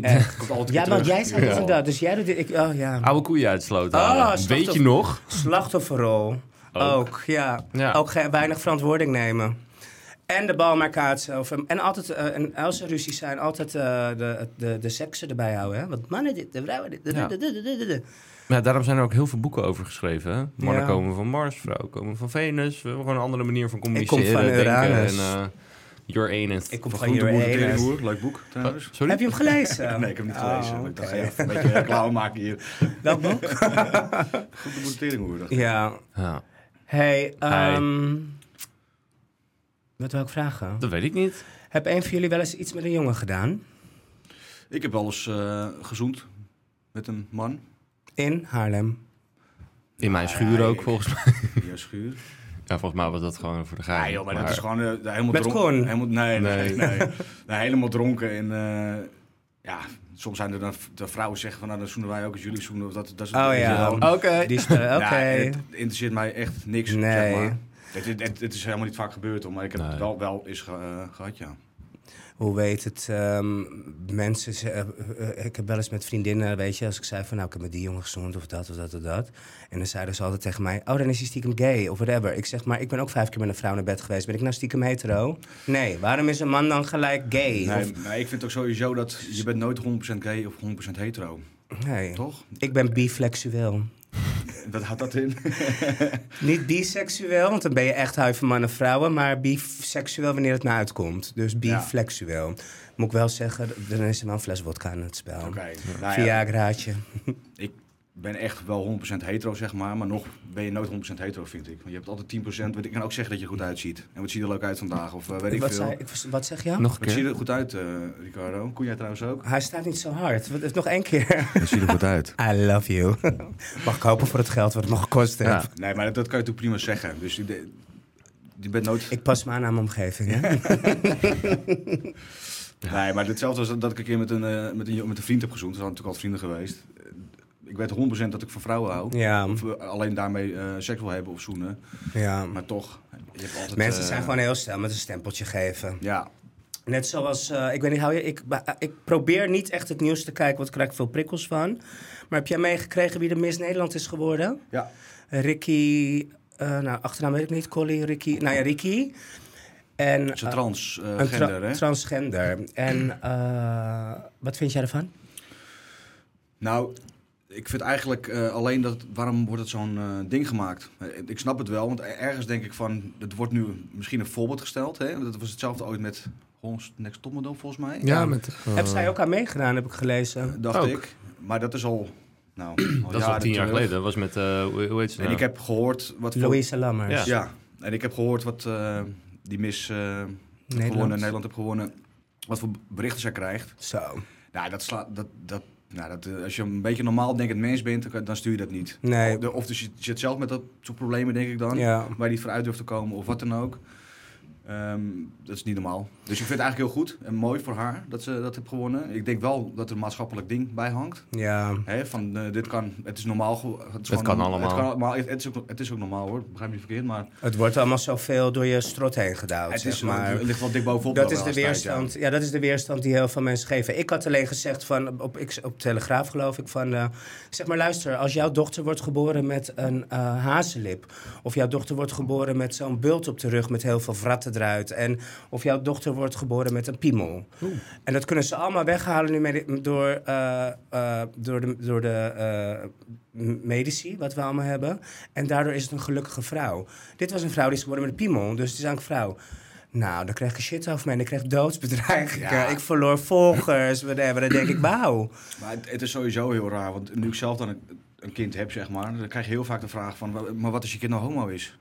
Echt. Komt altijd Eh, Ja, weer maar terug. jij zei Ja. dat en dat. Dus jij doet dit. Ik, oh Ah. ja. Oude koeien uit sloot Oh, halen. slachtoffer. Weet je nog? Slachtofferrol. Ook, ja. Ja. Ook ge- weinig verantwoording nemen. En de bal maar kaatsen. over- En, altijd, eh, en als er ruzies zijn, altijd eh, de, de, de seksen erbij houden. Hè? Want mannen dit, de vrouwen dit. de- Ja. de- de- de- de- de- de. Ja, daarom zijn er ook heel veel boeken over geschreven. Hè? Mannen Ja. komen van Mars, vrouwen komen van Venus. We hebben gewoon een andere manier van communiceren. van denken Uranus. En, eh your anus. Ik kom Van van Groente je Boer tot Uranus. Terenboer, leuk boek trouwens. Oh, Sorry? Heb je hem gelezen? Nee, ik heb hem niet Oh, gelezen. maar Ik dacht oké. even een beetje reclame maken hier. Welk boek? Groente Boer tot Terenboer, dacht ik. Ja. Ja, Hey, Hi. ehm wat wil ik vragen? dat weet ik niet. Heb een van jullie wel eens iets met een jongen gedaan? Ik heb wel eens eh, gezoend met een man. In Haarlem. In mijn schuur ook, volgens mij. Ja, schuur. Ja, volgens mij was dat gewoon voor de gein. Ja, joh, maar, dat is gewoon eh, helemaal Met dronken. Koen? Helemaal, nee, nee, Nee. nee. Nee, helemaal dronken. En eh, ja, soms zijn er dan v- de vrouwen zeggen van nou, dan zoenen wij ook als jullie zoenen. Of dat, dat is Oh, ja. gewoon- Oké. Die spe- Oké. Ja, Nou, het interesseert mij echt niks. Nee. Zeg maar. het, het, het, het is helemaal niet vaak gebeurd, hoor, maar ik heb Nee. het wel, wel eens ge- eh, gehad, ja. Hoe weet het? ehm, mensen. ze- eh, eh, ik heb wel eens met vriendinnen, weet je, als ik zei van nou, ik heb met die jongen gezoend of dat of dat of dat. En dan zeiden ze altijd tegen mij: Oh, dan is hij stiekem gay of whatever. Ik zeg maar, ik ben ook vijf keer met een vrouw naar bed geweest. Ben ik nou stiekem hetero? Nee, waarom is een man dan gelijk gay? Nee, Of- maar ik vind ook sowieso dat je bent nooit 100% gay of 100% hetero, nee. toch? Ik ben biflexueel. Dat houdt dat in. Niet biseksueel, want dan ben je echt hou je van mannen en vrouwen. Maar biseksueel wanneer het naar uitkomt. Dus biflexueel. Moet ik wel zeggen, dan is er wel een fles wodka in het spel. Oké. Nou ja, Viagraatje. ik ben echt wel 100% hetero, zeg maar. Maar nog ben je nooit 100% hetero, vind ik. Want je hebt altijd 10%. Want ik kan ook zeggen dat je er goed uitziet. En wat zie je er leuk uit vandaag? Of eh, weet ik Wat, veel. zei, ik, wat zeg je? Nog een Wat zie keer. je er goed uit, eh, Ricardo? Koen jij trouwens ook? Hij staat niet zo hard. Wat- Nog één keer. Dat ziet er goed uit. I love you. Mag ik hopen voor het geld wat het mag gekost heeft. Ja. Nee, maar dat, dat kan je toch prima zeggen. Dus ik de- je bent nooit... Ik pas me aan aan mijn omgeving. Hè? Nee, maar hetzelfde als dat, dat ik een keer met een, eh, met, een, jo- met een vriend heb gezoend. Er zijn natuurlijk altijd vrienden geweest. Eh, Ik weet 100% dat ik van vrouwen hou. Ja, Of eh, alleen daarmee eh, seks wil hebben of zoenen. ja. Maar toch, je hebt altijd... Mensen eh, zijn gewoon heel snel met een stempeltje geven. Ja, Net zoals, eh, ik weet niet, hou je, ik, ba- ik probeer niet echt het nieuws te kijken, want daar krijg ik veel prikkels van. Maar heb jij meegekregen wie de Miss Nederland is geworden? ja. Ricky, eh, nou achternaam weet ik niet, Collie, Ricky, nou ja, Ricky. En, Ze eh, trans, eh, een tra- gender, hè? transgender. En eh, wat vind jij ervan? Nou, ik vind eigenlijk eh, alleen dat. Waarom wordt het zo'n eh, ding gemaakt? Eh, Ik snap het wel, want ergens denk ik van. Het wordt nu misschien een voorbeeld gesteld. Hè? Dat was hetzelfde ooit met Holmes Next Top Model, volgens mij. Ja, met... Heb zij ook aan meegedaan, heb ik gelezen. Dacht Ook. ik. Maar dat is al. Nou, Dat is al tien jaar geleden. Dat was met... eh, hoe, hoe heet ze En nou? ik heb gehoord wat. voor- Louise Lammers. Ja, en ik heb gehoord wat eh, die mis. eh gewonnen, Nederland. Nederland heb gewonnen. Wat voor berichten zij krijgt. Zo. Nou, dat slaat. Dat, dat, nou, dat, eh, als je een beetje normaal denkend mens bent, dan, kan- dan stuur je dat niet. Nee. Of, de- of dus je zit zelf met dat soort problemen, denk ik dan. Ja. Waar je niet voor uit durft te komen of wat dan ook. Eh, Ehm, dat is niet normaal. Dus ik vind het eigenlijk heel goed en mooi voor haar dat ze dat heeft gewonnen. Ik denk wel dat er een maatschappelijk ding bij hangt. Ja. Hè, van, eh, dit kan, het is normaal. ge- Het, is Het kan allemaal. Het, kan allemaal. Het, het is ook, het is ook normaal hoor, begrijp me niet verkeerd. Maar Het wordt allemaal zoveel door je strot heen gedouwd, het, zeg is, maar. het ligt wel dik bovenop. Dat wel is, de als tijd, ja. weerstand, ja. dat is de weerstand die heel veel mensen geven. Ik had alleen gezegd van, op, ik, op Telegraaf geloof ik, van... eh, zeg maar, luister, als jouw dochter wordt geboren met een eh hazenlip... of jouw dochter wordt geboren met zo'n bult op de rug met heel veel vratten eruit... en of jouw dochter wordt geboren met een piemel. En dat kunnen ze allemaal weghalen nu medi- door, eh, eh, door de, door de eh, m- medici, wat we allemaal hebben. En daardoor is het een gelukkige vrouw. Dit was een vrouw die is geboren met een piemel, dus het is eigenlijk een vrouw. Nou, dan kreeg ik shit over me en ik kreeg doodsbedreigingen. Ja. Ik verloor volgers, whatever. Dan denk ik, wauw. Maar het, het is sowieso heel raar, want nu ik zelf dan een, een kind heb, zeg maar, dan krijg je heel vaak de vraag van, "Wa- maar wat als je kind nou homo is?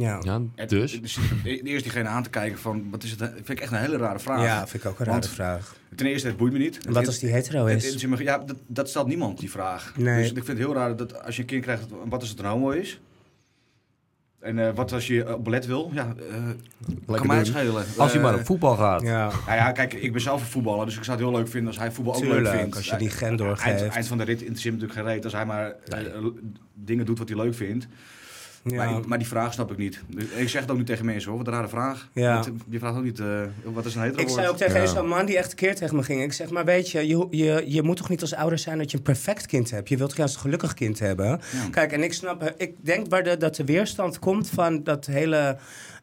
Ja. Ja, En dus? het is- Eerst diegene aan te kijken van, wat is het? Vind ik echt een hele rare vraag. ja, vind ik ook een rare Want- vraag. Ten eerste, het boeit me niet. En wat als die hetero Het is? is me- ja, dat, dat stelt niemand die vraag. Nee. Dus ik vind het heel raar dat als je een kind krijgt, wat als het een homo is? En eh, wat als je op ballet wil? Ja, eh, kan mij het schelen. Als je Eh, maar op voetbal gaat. Ja, Nou ja, kijk, ik ben zelf een voetballer, dus ik zou het heel leuk vinden als hij voetbal ook leuk tuurlijk. vindt. Als je die gen eind, doorgeeft. eind van de rit interesseert me natuurlijk geen reet als hij maar eh, Nee. eh, dingen doet wat hij leuk vindt. Ja. Maar, maar die vraag snap ik niet. Dus ik zeg het ook niet tegen mensen hoor, wat een rare vraag. Ja. Want, eh, je vraagt ook niet, eh, wat is een hetero Ik zei ook woord? tegen Ja. eens zo'n man die echt keer tegen me ging. Ik zeg, maar weet je je, je, je moet toch niet als ouder zijn dat je een perfect kind hebt? Je wilt toch juist een gelukkig kind hebben? Ja. Kijk, en ik snap, ik denk waar de, dat de weerstand komt van dat hele...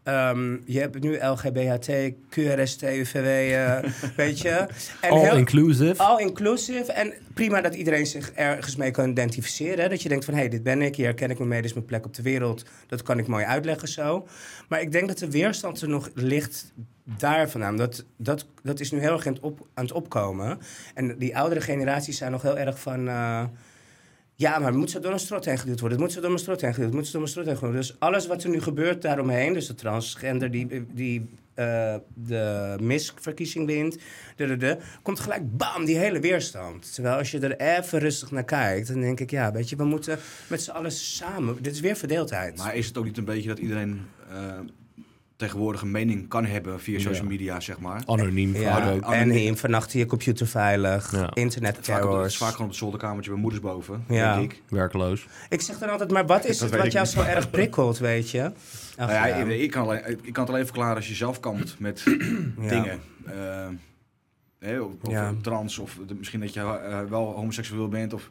ehm, je hebt nu LGBHT, QRST, UVW, eh, weet je? En All heel- inclusive. Oh. All inclusive. En prima dat iedereen zich ergens mee kan identificeren. hè. Dat je denkt van, hé, hey, dit ben ik, hier herken ik me mee, dit is mijn plek op de wereld. Dat kan ik mooi uitleggen zo. Maar ik denk dat de weerstand er nog ligt daar vandaan. Dat, dat, dat is nu heel erg aan het, op, aan het opkomen. En die oudere generaties zijn nog heel erg van... eh, ja, maar het moet zo door een strot heen geduwd worden. Het moet zo door een strot heen geduwd worden. Het moet zo door een strot heen geduwd worden. Dus alles wat er nu gebeurt daaromheen... dus de transgender die, die eh, de misverkiezing wint... de, de, de, komt gelijk bam, die hele weerstand. Terwijl als je er even rustig naar kijkt... dan denk ik, ja, weet je, we moeten met z'n allen samen... Dit is weer verdeeldheid. Maar is het ook niet een beetje dat iedereen eh, tegenwoordig een mening kan hebben via social Ja. media, zeg maar? Anoniem ja, ja. ook. en in vannacht je computer veilig, Ja. Het is vaak, op, het internetterrors. is vaak gewoon op het zolderkamertje bij moeders boven, Ja. denk ik. Werkloos. Ik zeg dan altijd, maar wat is Dat het wat weet ik jou zo erg prikkelt, weet je? Ach, Nou ja, ja. ik, ik kan alleen, ik kan het alleen verklaren als je zelf kampt met Ja. dingen. Eh, hè, of of Ja. trans, of de- misschien dat je eh, wel homoseksueel bent, of,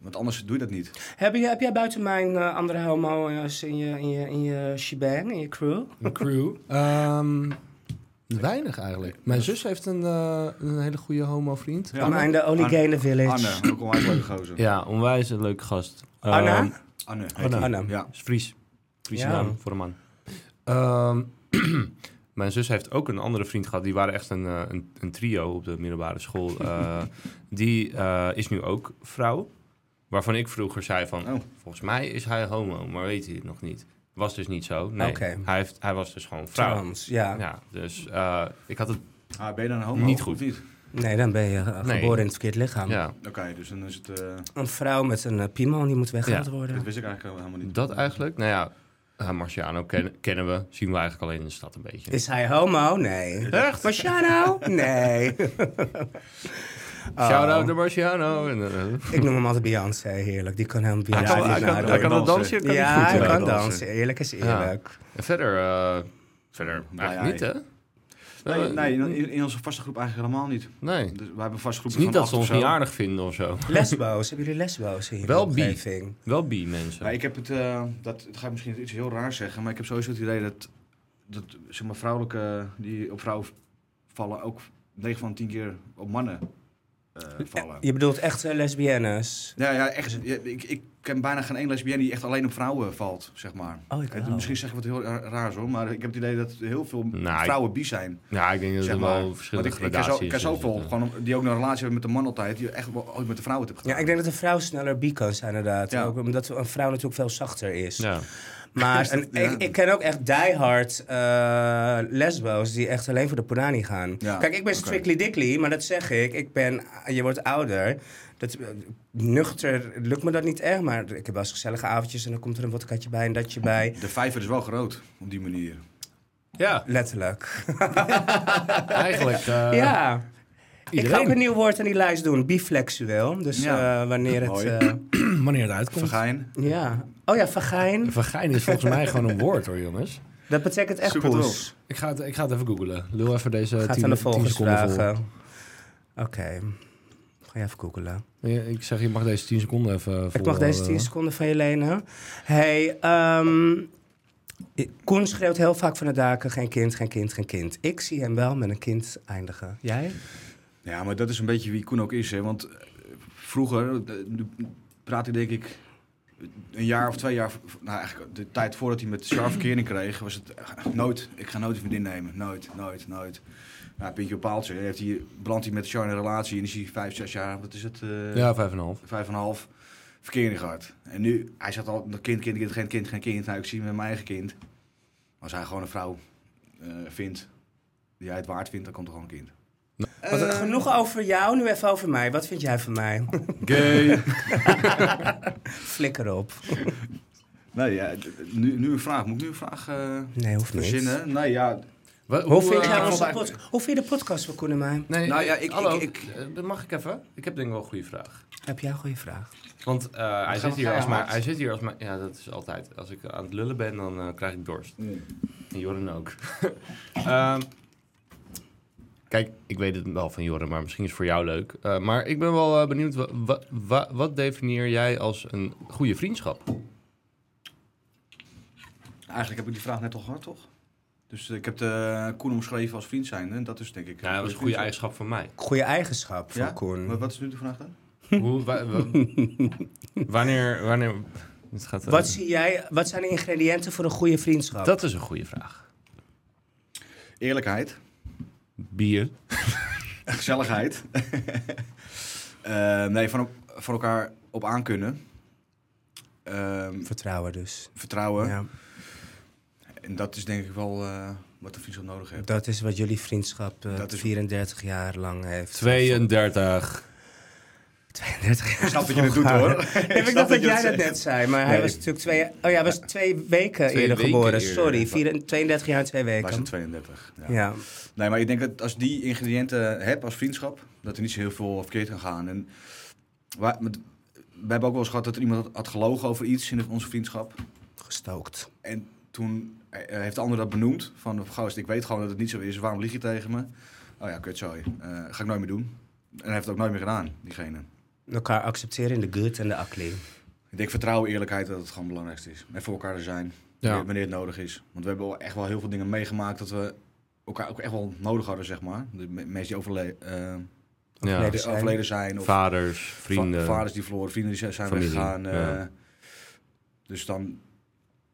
want anders doe je dat niet. Heb, je, heb jij buiten mijn eh, andere homo's in je, in, je, in je shebang, in je crew? Een crew. Ehm, weinig eigenlijk. Mijn zus heeft een, eh, een hele goede homo-vriend. Ja. Am I in the only Anne- gay in the village? Anne, ook onwijs leuke gozer. Ja, onwijs een leuke gast. Anna? Ehm, Anne, heet Anne. die. Anne. Ja. is Fries. Friese Ja. naam voor een man. Ehm, Mijn zus heeft ook een andere vriend gehad. Die waren echt een, eh, een, een trio op de middelbare school. Eh, die eh, is nu ook vrouw. Waarvan ik vroeger zei van... Oh. Volgens mij is hij homo, maar weet hij het nog niet. Was dus niet zo. Nee, Oké. hij, heeft, hij was dus gewoon vrouw. Trans, ja. Ja, dus eh, ik had het... Ah, ben je dan een homo? Niet goed. Of niet? Nee, dan ben je eh, geboren Nee. in het verkeerd lichaam. Ja, Oké, dus dan is het... eh, Een vrouw met een eh, piemel die moet weggehaald Ja. dat worden. wist ik eigenlijk helemaal niet. dat eigenlijk. Nou ja, eh, Marciano ken- kennen we. Zien we eigenlijk alleen in de stad een beetje. Is hij homo? Nee. Echt? Marciano? Nee. Oh. Shout-out naar Marciano. En, eh, Ik noem hem altijd Beyoncé, heerlijk. Die kan helemaal hij Beyoncé kan, die hij is kan, een hij kan oude wel dansen, danser. kan ja, goed, hij eh, kan dansen. dansen. Eerlijk is eerlijk. En verder, eh, verder Blij eigenlijk niet, ei. hè? Nee, Eh, nou nee in, in onze vaste groep eigenlijk helemaal niet. nee. Het Dus we hebben een vaste groep is niet van dat acht ze of ons zo. niet aardig vinden of zo. Lesbo's, hebben jullie lesbo's hier in Wel de bi. omgeving? Wel bi-mensen. Maar ik heb het, eh, dat, het gaat misschien iets heel raars zeggen, maar ik heb sowieso het idee dat, dat zeg maar, vrouwelijke die op vrouwen vallen ook 9 van 10 keer op mannen eh, vallen. Je bedoelt echt eh, lesbiennes? Ja, ja, echt. ja, Ik, ik ken bijna geen één lesbienne die echt alleen op vrouwen valt, zeg maar. Oh, ik Het- wel. Eh, Misschien zeg ik wat heel ra- raars hoor, maar ik heb het idee dat heel veel Nou, ik- vrouwen bi zijn. Ja, ik denk dat Zeg er maar. wel Want verschillende ik, ik ken, zo, gradaties ik ken in zoveel zitten. gewoon, die ook nog een relatie hebben met de man altijd, die echt wel ooit met de vrouwen het hebben Ja, gedaan. ik denk dat een vrouw sneller bi kan zijn, inderdaad. Ja. Ook omdat een vrouw natuurlijk veel zachter is. Ja. Maar en Ja. ik, ik ken ook echt diehard eh lesbo's die echt alleen voor de punani gaan. Ja, Kijk, ik ben oké. strictly dickly, maar dat zeg ik. Ik ben, je wordt ouder. Dat, eh, nuchter lukt me dat niet echt, maar ik heb wel eens gezellige avondjes en dan komt er een vodkaatje bij en datje bij. De vijver is wel groot op die manier. Ja, Letterlijk. eigenlijk. eh, ja. Ik ga ook iedereen. een nieuw woord aan die lijst doen. Biflexueel. Dus Ja. eh, wanneer het... Mooi. eh, Wanneer het uitkomt. Vergein. ja. Oh ja, vagijn. Vergijn is volgens mij gewoon een woord hoor, jongens. Dat betekent echt Zoek het poes. Ik ga het, ik ga het even googlen. Lul even deze Eh, Gaat 10 aan de eh, 10 volgers seconden vragen. Oké. Ga je even googelen. vol. Ja, Ik zeg, je mag deze 10 seconden even eh, Ik mag eh, deze 10 seconden van je lenen. Hey, ehm, i- Koen schreeuwt heel vaak van de daken: geen kind, geen kind, geen kind. Ik zie hem wel met een kind eindigen. Jij? Ja, maar dat is een beetje wie Koen ook is. Hè? Want eh, vroeger eh, nu praat ik denk ik een jaar of twee jaar... v- Nou, eigenlijk de tijd voordat hij met Char verkering kreeg... was het eh, nooit, ik ga nooit een vriendin nemen. Nooit, nooit, nooit. Nou, pintje op paaltje. Heeft hij, brandt hij met Char in een relatie en is hij vijf, zes jaar... Wat is het? eh, Ja, 5,5. vijf en een half verkering gehad. En nu, hij zat al, kind, kind, kind, geen kind, geen kind. Nou, ik zie hem met mijn eigen kind. Als hij gewoon een vrouw eh, vindt die hij het waard vindt, dan komt er gewoon een kind. Wat- Eh. genoeg over jou, nu even over mij. Wat vind jij van mij? Gay! Flikker op. nee, ja, d- d- nu, nu een vraag. Moet ik nu een vraag eh, Nee, hoeft niet. verzinnen? Nee, ja. Wat- Hoe vind, eh, jij ik onze vond pod- hoe vind je de podcast van Koen en mij? Nee, Nou ja, eh, ik- hallo, ik- ik- eh, mag ik even? Ik heb denk ik wel een goede vraag. Heb jij een goede vraag? Want eh, hij, gaan zit we hier als gaan, maar, Hans? hij zit hier als maar... Ja, dat is altijd. Als ik aan het lullen ben, dan eh, krijg ik dorst. En Jorren ook. Ehm, kijk, ik weet het wel van Jorren, maar misschien is het voor jou leuk. Eh, maar ik ben wel eh, benieuwd, wa- wa- wa- wat definieer jij als een goede vriendschap? Eigenlijk heb ik die vraag net al gehad, toch? Dus eh, ik heb de Koen omschreven als vriend zijn. En dat is denk ik... Ja, dat is een goede eigenschap van mij. Goede eigenschap van Ja? Koen. Maar wat is nu de vraag dan? Hoe, wa- wa- wanneer... wanneer het gaat, eh, Wat, zie jij, wat zijn de ingrediënten voor een goede vriendschap? dat is een goede vraag. Eerlijkheid. Bier. Gezelligheid. Eh, nee, van, el- van elkaar op aankunnen. Ehm, Vertrouwen dus. vertrouwen. Ja. En dat is denk ik wel eh, wat de vriendschap nodig heeft. Dat is wat jullie vriendschap eh, Dat is- 34 jaar lang heeft. 32. 32 jaar. Ik snap dat je het doet hoor. Ik snap dacht dat je jij dat zegt. net zei, maar Nee. hij was natuurlijk twee, oh ja, hij was twee weken Twee eerder weken geboren. eerder. Sorry, vier- 32 jaar en twee Wij zijn weken. 32. Ja. Ja. Nee, maar ik denk dat als die ingrediënten eh, heb als vriendschap, dat er niet zo heel veel verkeerd kan gaan. En wij, met- wij hebben ook wel eens gehad dat er iemand had gelogen over iets in onze vriendschap. gestookt. En toen eh, heeft de ander dat benoemd. Van, gast, ik weet gewoon dat het niet zo is. Waarom lieg je tegen me? Oh ja, kut, sorry. Eh, ga ik nooit meer doen. En hij heeft het ook nooit meer gedaan, diegene. Elkaar accepteren in de good en de ugly. Ik denk vertrouwen, eerlijkheid, dat het gewoon het belangrijkste is. En voor elkaar er zijn, Ja. wanneer- wanneer het nodig is. Want we hebben wel echt wel heel veel dingen meegemaakt dat we elkaar ook echt wel nodig hadden, zeg maar. De me- mensen die overle- eh, Ja. Overleden. zijn. overleden zijn. Of Vaders, va- vrienden. vaders die verloren, vrienden die zijn Familie, weggegaan. eh, ja. Dus dan,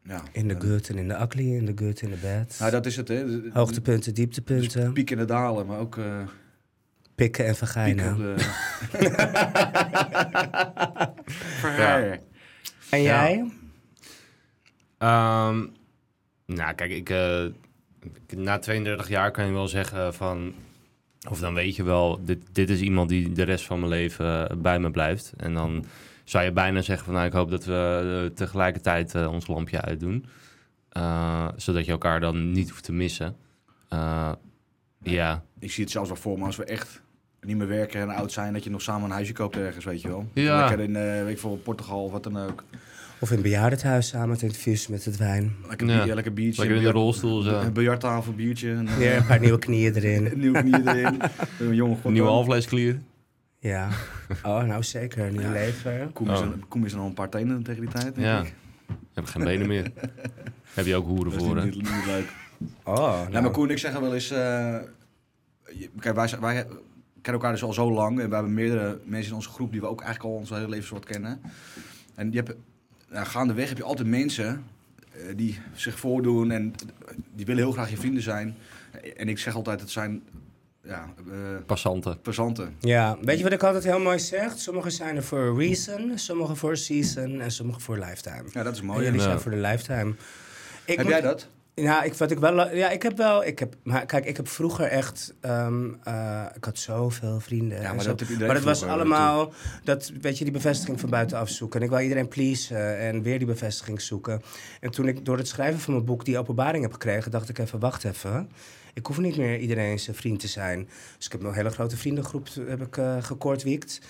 ja. In de eh, good en in de ugly, in de good en de bad. Nou, dat is het, hè. De- Hoogtepunten, Dus dieptepunten, pieken en dalen, maar ook eh, pikken en pieken op vergijnen. de... Ja. En Ja. jij? Ehm, nou, kijk, ik, eh, ik- na 32 jaar kan je wel zeggen van... Of dan weet je wel, dit, dit is iemand die de rest van mijn leven eh, bij me blijft. En dan zou je bijna zeggen van... Nou, ik hoop dat we eh, tegelijkertijd eh, ons lampje uitdoen. Eh, zodat je elkaar dan niet hoeft te missen. Eh, ja. Ik zie het zelfs wel voor me als we echt niet meer werken en oud zijn, dat je nog samen een huisje koopt ergens, weet je wel. Ja. Lekker in, eh, weet ik veel, Portugal of wat dan ook. Of in het bejaardentehuis samen het interviews met het wijn. Lekker, Ja. bier- lekker biertje. Lekker in de biljart- rolstoel eh, zo. Een biljarttafel, biertje. Een, eh, Ja, een paar nieuwe knieën erin. een nieuw knieën erin. Een jonge god. Nieuwe alvleesklier. Ja. Oh, nou zeker, nieuwe lever. Kom je Oh. dan- kom je dan al een paar tenen tegen die tijd? denk Ja. ik. Heb geen benen meer. Heb je ook hoeren Dat is voor, niet, hè? niet, niet leuk. Oh, Nou, maar nou. Koen en ik zeggen wel eens... eh, je- kijk, wij, zijn- wij kennen elkaar dus al zo lang. En we hebben meerdere mensen in onze groep die we ook eigenlijk al ons hele leven zo wat kennen. En je hebt, nou, gaandeweg heb je altijd mensen eh, die zich voordoen en die willen heel graag je vrienden zijn. En ik zeg altijd, het zijn ja, eh, Passanten. passanten. Ja, weet je wat ik altijd heel mooi zeg? Sommigen zijn er voor a reason, sommigen voor a season en sommigen voor a lifetime. Ja, dat is en mooi. jullie ja. zijn voor de lifetime. Ik Heb moet- jij dat? Ja, ik, wat ik wel, ja, ik heb wel, ik heb, maar kijk, ik heb vroeger echt, ehm, eh, ik had zoveel vrienden. Ja, en maar zo. dat heb iedereen maar het was vroeger, eh, allemaal, dat, weet je, die bevestiging van buitenaf zoeken. En ik wou iedereen pleasen en weer die bevestiging zoeken. En toen ik door het schrijven van mijn boek die openbaring heb gekregen, dacht ik even, wacht even. Ik hoef niet meer iedereen zijn vriend te zijn. Dus ik heb een hele grote vriendengroep heb ik, eh gekortwiekt.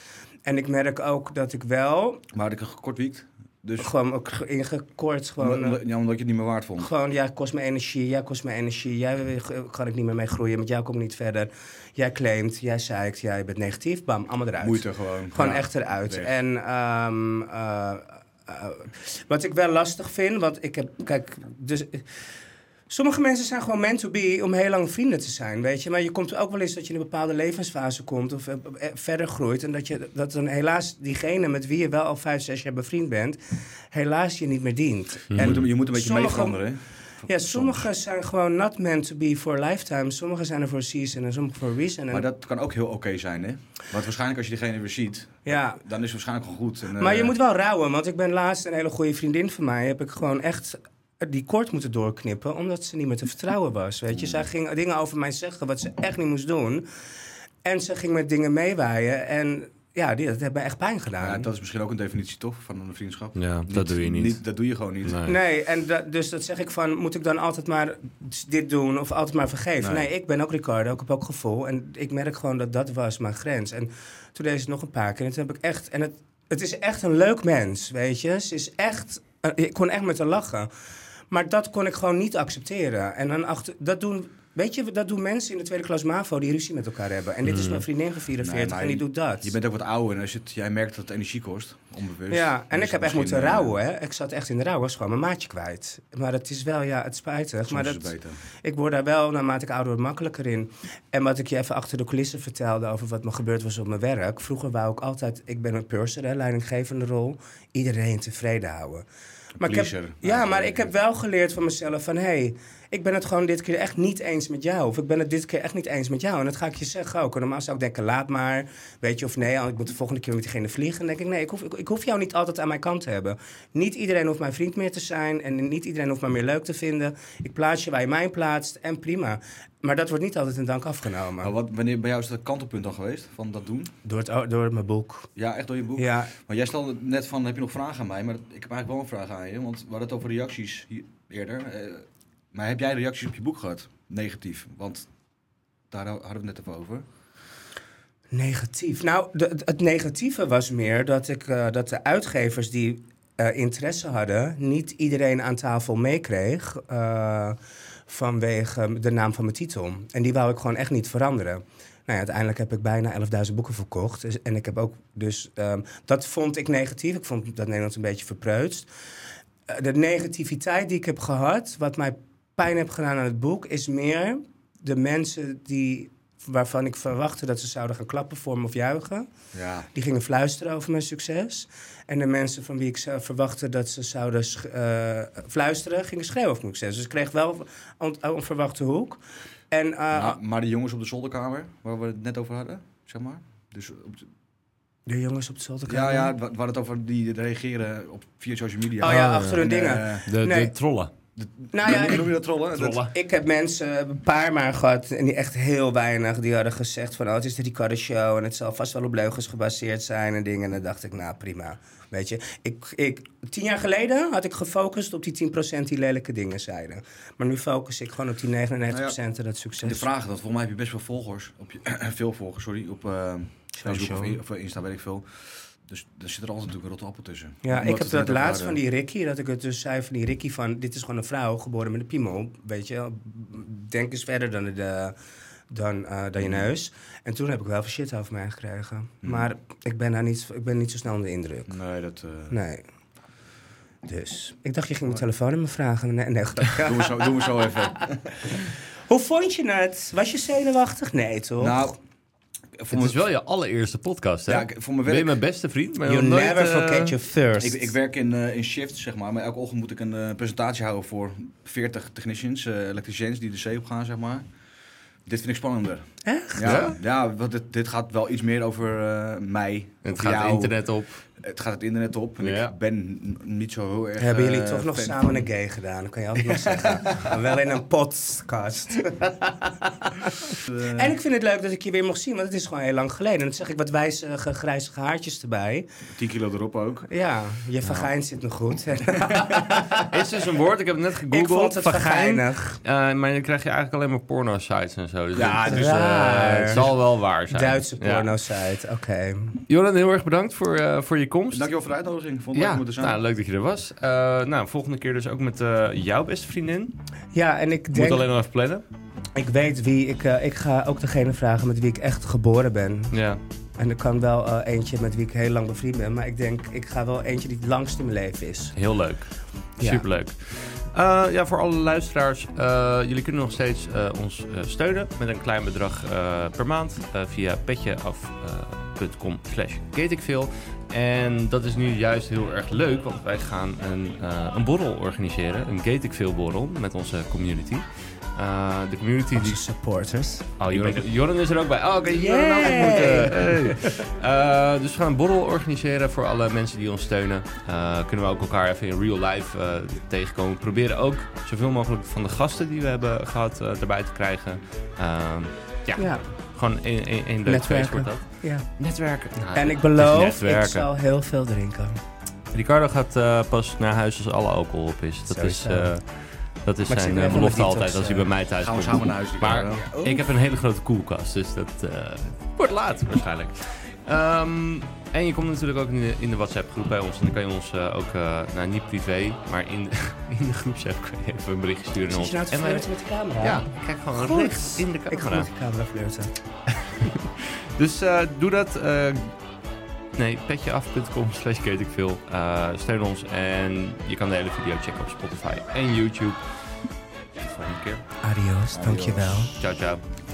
En ik merk ook dat ik wel, Maar had ik een gekortwiekt. Dus gewoon ook ge- ingekort, gewoon... omdat, eh, omdat- ja, omdat je het niet meer waard vond. gewoon, jij kost me energie, jij kost me energie, jij eh, kan ik niet meer mee groeien, met jou kom ik niet verder. Jij claimt, jij zeikt, jij bent negatief, bam, allemaal eruit. Moeite gewoon. Gewoon Ja. echt eruit. weg. En ehm, eh, eh, wat ik wel lastig vind, want ik heb, kijk, dus... Sommige mensen zijn gewoon meant to be om heel lang vrienden te zijn, weet je. Maar je komt ook wel eens dat je in een bepaalde levensfase komt of eh, eh, verder groeit. En dat, je, dat dan helaas diegene met wie je wel al vijf, zes jaar bevriend bent, helaas je niet meer dient. Je, Hmm. moet, hem- je moet een beetje mee eh, sommige- veranderen. hè. ja, sommige zijn gewoon not meant to be for lifetime. Sommige zijn er voor season en sommige voor reason. En- Maar dat kan ook heel oké zijn, hè? Want waarschijnlijk als je diegene weer ziet, ja. dan is het waarschijnlijk gewoon goed. En, eh, Maar je moet wel rouwen, want ik ben laatst een hele goede vriendin van mij. Heb ik gewoon echt die kort moeten doorknippen, omdat ze niet meer te vertrouwen was. Weet je, Hmm. zij ging dingen over mij zeggen wat ze echt niet moest doen. En ze ging met dingen meewaaien. En ja, die, dat heeft mij echt pijn gedaan. ja, dat is misschien ook een definitie toch van een vriendschap. Ja, dat doe je niet. dat doe je gewoon niet. Nee. Nee, en da- dus dat zeg ik van, moet ik dan altijd maar dit doen of altijd maar vergeven? Nee. Nee, ik ben ook Ricardo, ik heb ook gevoel. En ik merk gewoon dat dat was mijn grens. En toen deed ze het nog een paar keer en toen heb ik echt... En het, het is echt een leuk mens, weet je. Ze is echt... eh, Ik kon echt met haar lachen. Maar dat kon ik gewoon niet accepteren. En dan achter... Dat doen... Weet je, dat doen mensen in de tweede klas MAVO die ruzie met elkaar hebben. En dit is mijn vriendin van 44 Mm. Nee, maar en die doet dat. Je bent ook wat ouder en als je het, jij merkt dat het energie kost, onbewust. Ja, en Dus ik heb echt misschien, moeten eh, rouwen. Hè. Ik zat echt in de rouw, was gewoon mijn maatje kwijt. Maar het is wel, ja, het is spijtig. soms Maar is dat, het beter. ik word daar wel, naarmate ik ouder word, makkelijker in. En wat ik je even achter de coulissen vertelde over wat me gebeurd was op mijn werk. Vroeger wou ik altijd, ik ben een purser, hè, leidinggevende rol. Iedereen tevreden houden. Maar ik heb- pleaser, ja, maar eigenlijk. ik heb wel geleerd van mezelf van... hé, hey, ik ben het gewoon dit keer echt niet eens met jou. Of ik ben het dit keer echt niet eens met jou. En dat ga ik je zeggen ook. En normaal zou ik denken, laat maar. Weet je, of nee, oh, ik moet de volgende keer met diegene vliegen. Dan denk ik, nee, ik hoef, ik, ik hoef jou niet altijd aan mijn kant te hebben. Niet iedereen hoeft mijn vriend meer te zijn. En niet iedereen hoeft mij meer leuk te vinden. Ik plaats je waar je mij plaatst. En prima. Maar dat wordt niet altijd in dank afgenomen. Maar wat, wanneer bij jou is dat kantelpunt dan geweest van dat doen? Oh, Door, het, door mijn boek. Ja, echt door je boek. Ja, Maar jij stelde net van, heb je nog vragen aan mij? Maar ik heb eigenlijk wel een vraag aan je, want we hadden het over reacties hier eerder. Eh, maar heb jij reacties op je boek gehad? Negatief, want daar hadden we het net even over. Negatief. Nou, de- het- het negatieve was meer dat, ik, eh, dat de uitgevers die eh, interesse hadden, niet iedereen aan tafel meekreeg eh, vanwege de naam van mijn titel. En die wou ik gewoon echt niet veranderen. Nou ja, uiteindelijk heb ik bijna 11.000 boeken verkocht. Dus- En ik heb ook dus, ehm, dat vond ik negatief. Ik vond dat Nederland een beetje verpreutst. Eh, de negativiteit die ik heb gehad, wat mij pijn heb gedaan aan het boek, is meer de mensen die waarvan ik verwachtte dat ze zouden gaan klappen voor me of juichen. Ja, Die gingen fluisteren over mijn succes. En de mensen van wie ik zou- verwachtte dat ze zouden sch- eh, fluisteren, gingen schreeuwen over mijn succes. Dus ik kreeg wel een onverwachte hoek. En, eh, maar, maar de jongens op de zolderkamer, waar we het net over hadden, zeg maar. Dus op de- de jongens op de ja, zolderkamer. ja, we we hadden het over die reageren op, via social media. Oh ja, achter hun En, dingen. eh, De, Nee. de trollen. Nou ja, ik, noem je dat trollen? Dat- ik heb mensen, een paar maar gehad, en die echt heel weinig, die hadden gezegd van, oh, het is de Ricardo Show en het zal vast wel op leugens gebaseerd zijn en dingen. En dan dacht ik, nou, prima. Weet je, ik, ik, tien jaar geleden had ik gefocust op die 10% die lelijke dingen zeiden. Maar nu focus ik gewoon op die 99% en dat succes. De vraag dat volgens mij heb je best wel volgers op je veel volgers, sorry, op eh, Facebook Social. of, of Insta, weet ik veel. Dus daar zit er altijd natuurlijk een rotte appel tussen. Ja, Omdat ik we heb het net dat over laatst van hadden. die Ricky, dat ik het dus zei van die Ricky van... dit is gewoon een vrouw, geboren met een piemel, weet je. wel. Denk eens verder dan, de, dan, eh, dan Mm. je neus. En toen heb ik wel veel shit over mij gekregen. Maar ik ben, daar niet, ik ben niet zo snel onder de indruk. Nee, dat eh, Nee. Dus, ik dacht je ging mijn telefoon in me vragen. Nee, nee, grapje. doen, we zo, doen we zo even. Hoe vond je het? Was je zenuwachtig? Nee, toch? nou, voor Het is mijn, wel je allereerste podcast, hè? ja, ik- voor mijn ben je werk, mijn beste vriend? Maar you nog nooit, never eh, forget your thirst. ik, ik werk in, eh, in shifts, zeg maar. Maar elke ochtend moet ik een eh, presentatie houden voor 40 technicians, eh, elektriciens die de zee op gaan, zeg maar. Dit vind ik spannender. Ja, ja want dit, dit gaat wel iets meer over eh, mij. Het over gaat jou. internet op. Het gaat het internet op. En Ja. ik ben n- niet zo heel erg. Hebben eh, jullie toch nog fan samen van- een gay gedaan? Dat kan je altijd nog zeggen. Maar wel in een podcast. eh, en ik vind het leuk dat ik je weer mocht zien, want het is gewoon heel lang geleden. En dan zeg ik wat wijze ge- grijzige haartjes erbij. 10 kilo erop ook. Ja, Nou. je vagijn zit nog goed. Is dus een woord, ik heb het net gegoogeld. ik vond het vagijnig. Eh, maar dan krijg je eigenlijk alleen maar porno-sites en zo. Dus Ja, het, dus, eh, raar. het zal wel waar zijn. Duitse Ja. porno-site, oké. Joran, heel erg bedankt voor, eh, voor je komst. Dankjewel voor de uitnodiging. Vond het leuk Ja, om er te zijn. nou, leuk dat je er was. Eh, nou, volgende keer dus ook met eh, jouw beste vriendin. Ja, en ik Moet denk, alleen nog even plannen. ik weet wie, ik, eh, ik ga ook degene vragen met wie ik echt geboren ben. Ja. En er kan wel eh, eentje met wie ik heel lang bevriend ben, maar ik denk, ik ga wel eentje die het langst in mijn leven is. Heel leuk. Ja. Superleuk. Eh, ja, voor alle luisteraars. eh, jullie kunnen nog steeds eh, ons eh, steunen met een klein bedrag eh, per maand eh, via petjeaf.com slash gateikveel. En dat is nu juist heel erg leuk, want wij gaan een, eh, een borrel organiseren. Een gateikveel borrel met onze community. Eh, de community die... Onze supporters. Oh, Joran, Joran is er ook bij. Oh, oké, Joran Yay! had ik moeten. Hey. Eh, dus we gaan een borrel organiseren voor alle mensen die ons steunen. Eh, kunnen we ook elkaar even in real life eh, tegenkomen. We proberen ook zoveel mogelijk van de gasten die we hebben gehad eh, erbij te krijgen. Ehm, ja, Ja, gewoon één- één één leuk feest Netwerken. wordt dat. ja. Netwerken. Nou, En ik het is beloof, ik netwerken. zal heel veel drinken. Ricardo gaat eh, pas naar huis als alle alcohol op is. Dat Sowieso. is, eh, dat is Maar ik zit zijn nu eh, even belofte een detox, altijd als hij eh, bij mij thuis Gaan we komt. samen naar huis. Maar- Ricardo. Ik heb een hele grote koelkast, dus dat eh, wordt laat waarschijnlijk. Ehm, en je komt natuurlijk ook in de, in de WhatsApp-groep bij ons. En dan kan je ons eh, ook, eh, nou niet privé, maar in, in de groepsapp kan je even een bericht sturen naar Zit ons. je nou te En wij- flirten met de camera? ja, ik kijk gewoon Goed. recht in de Ik ga camera. met de camera flirten. Dus eh, doe dat. eh, nee, petjeaf.com slash weet ik veel. Eh, steun ons en je kan de hele video checken op Spotify en YouTube. Tot de volgende keer. Adios, dankjewel. Ciao, ciao.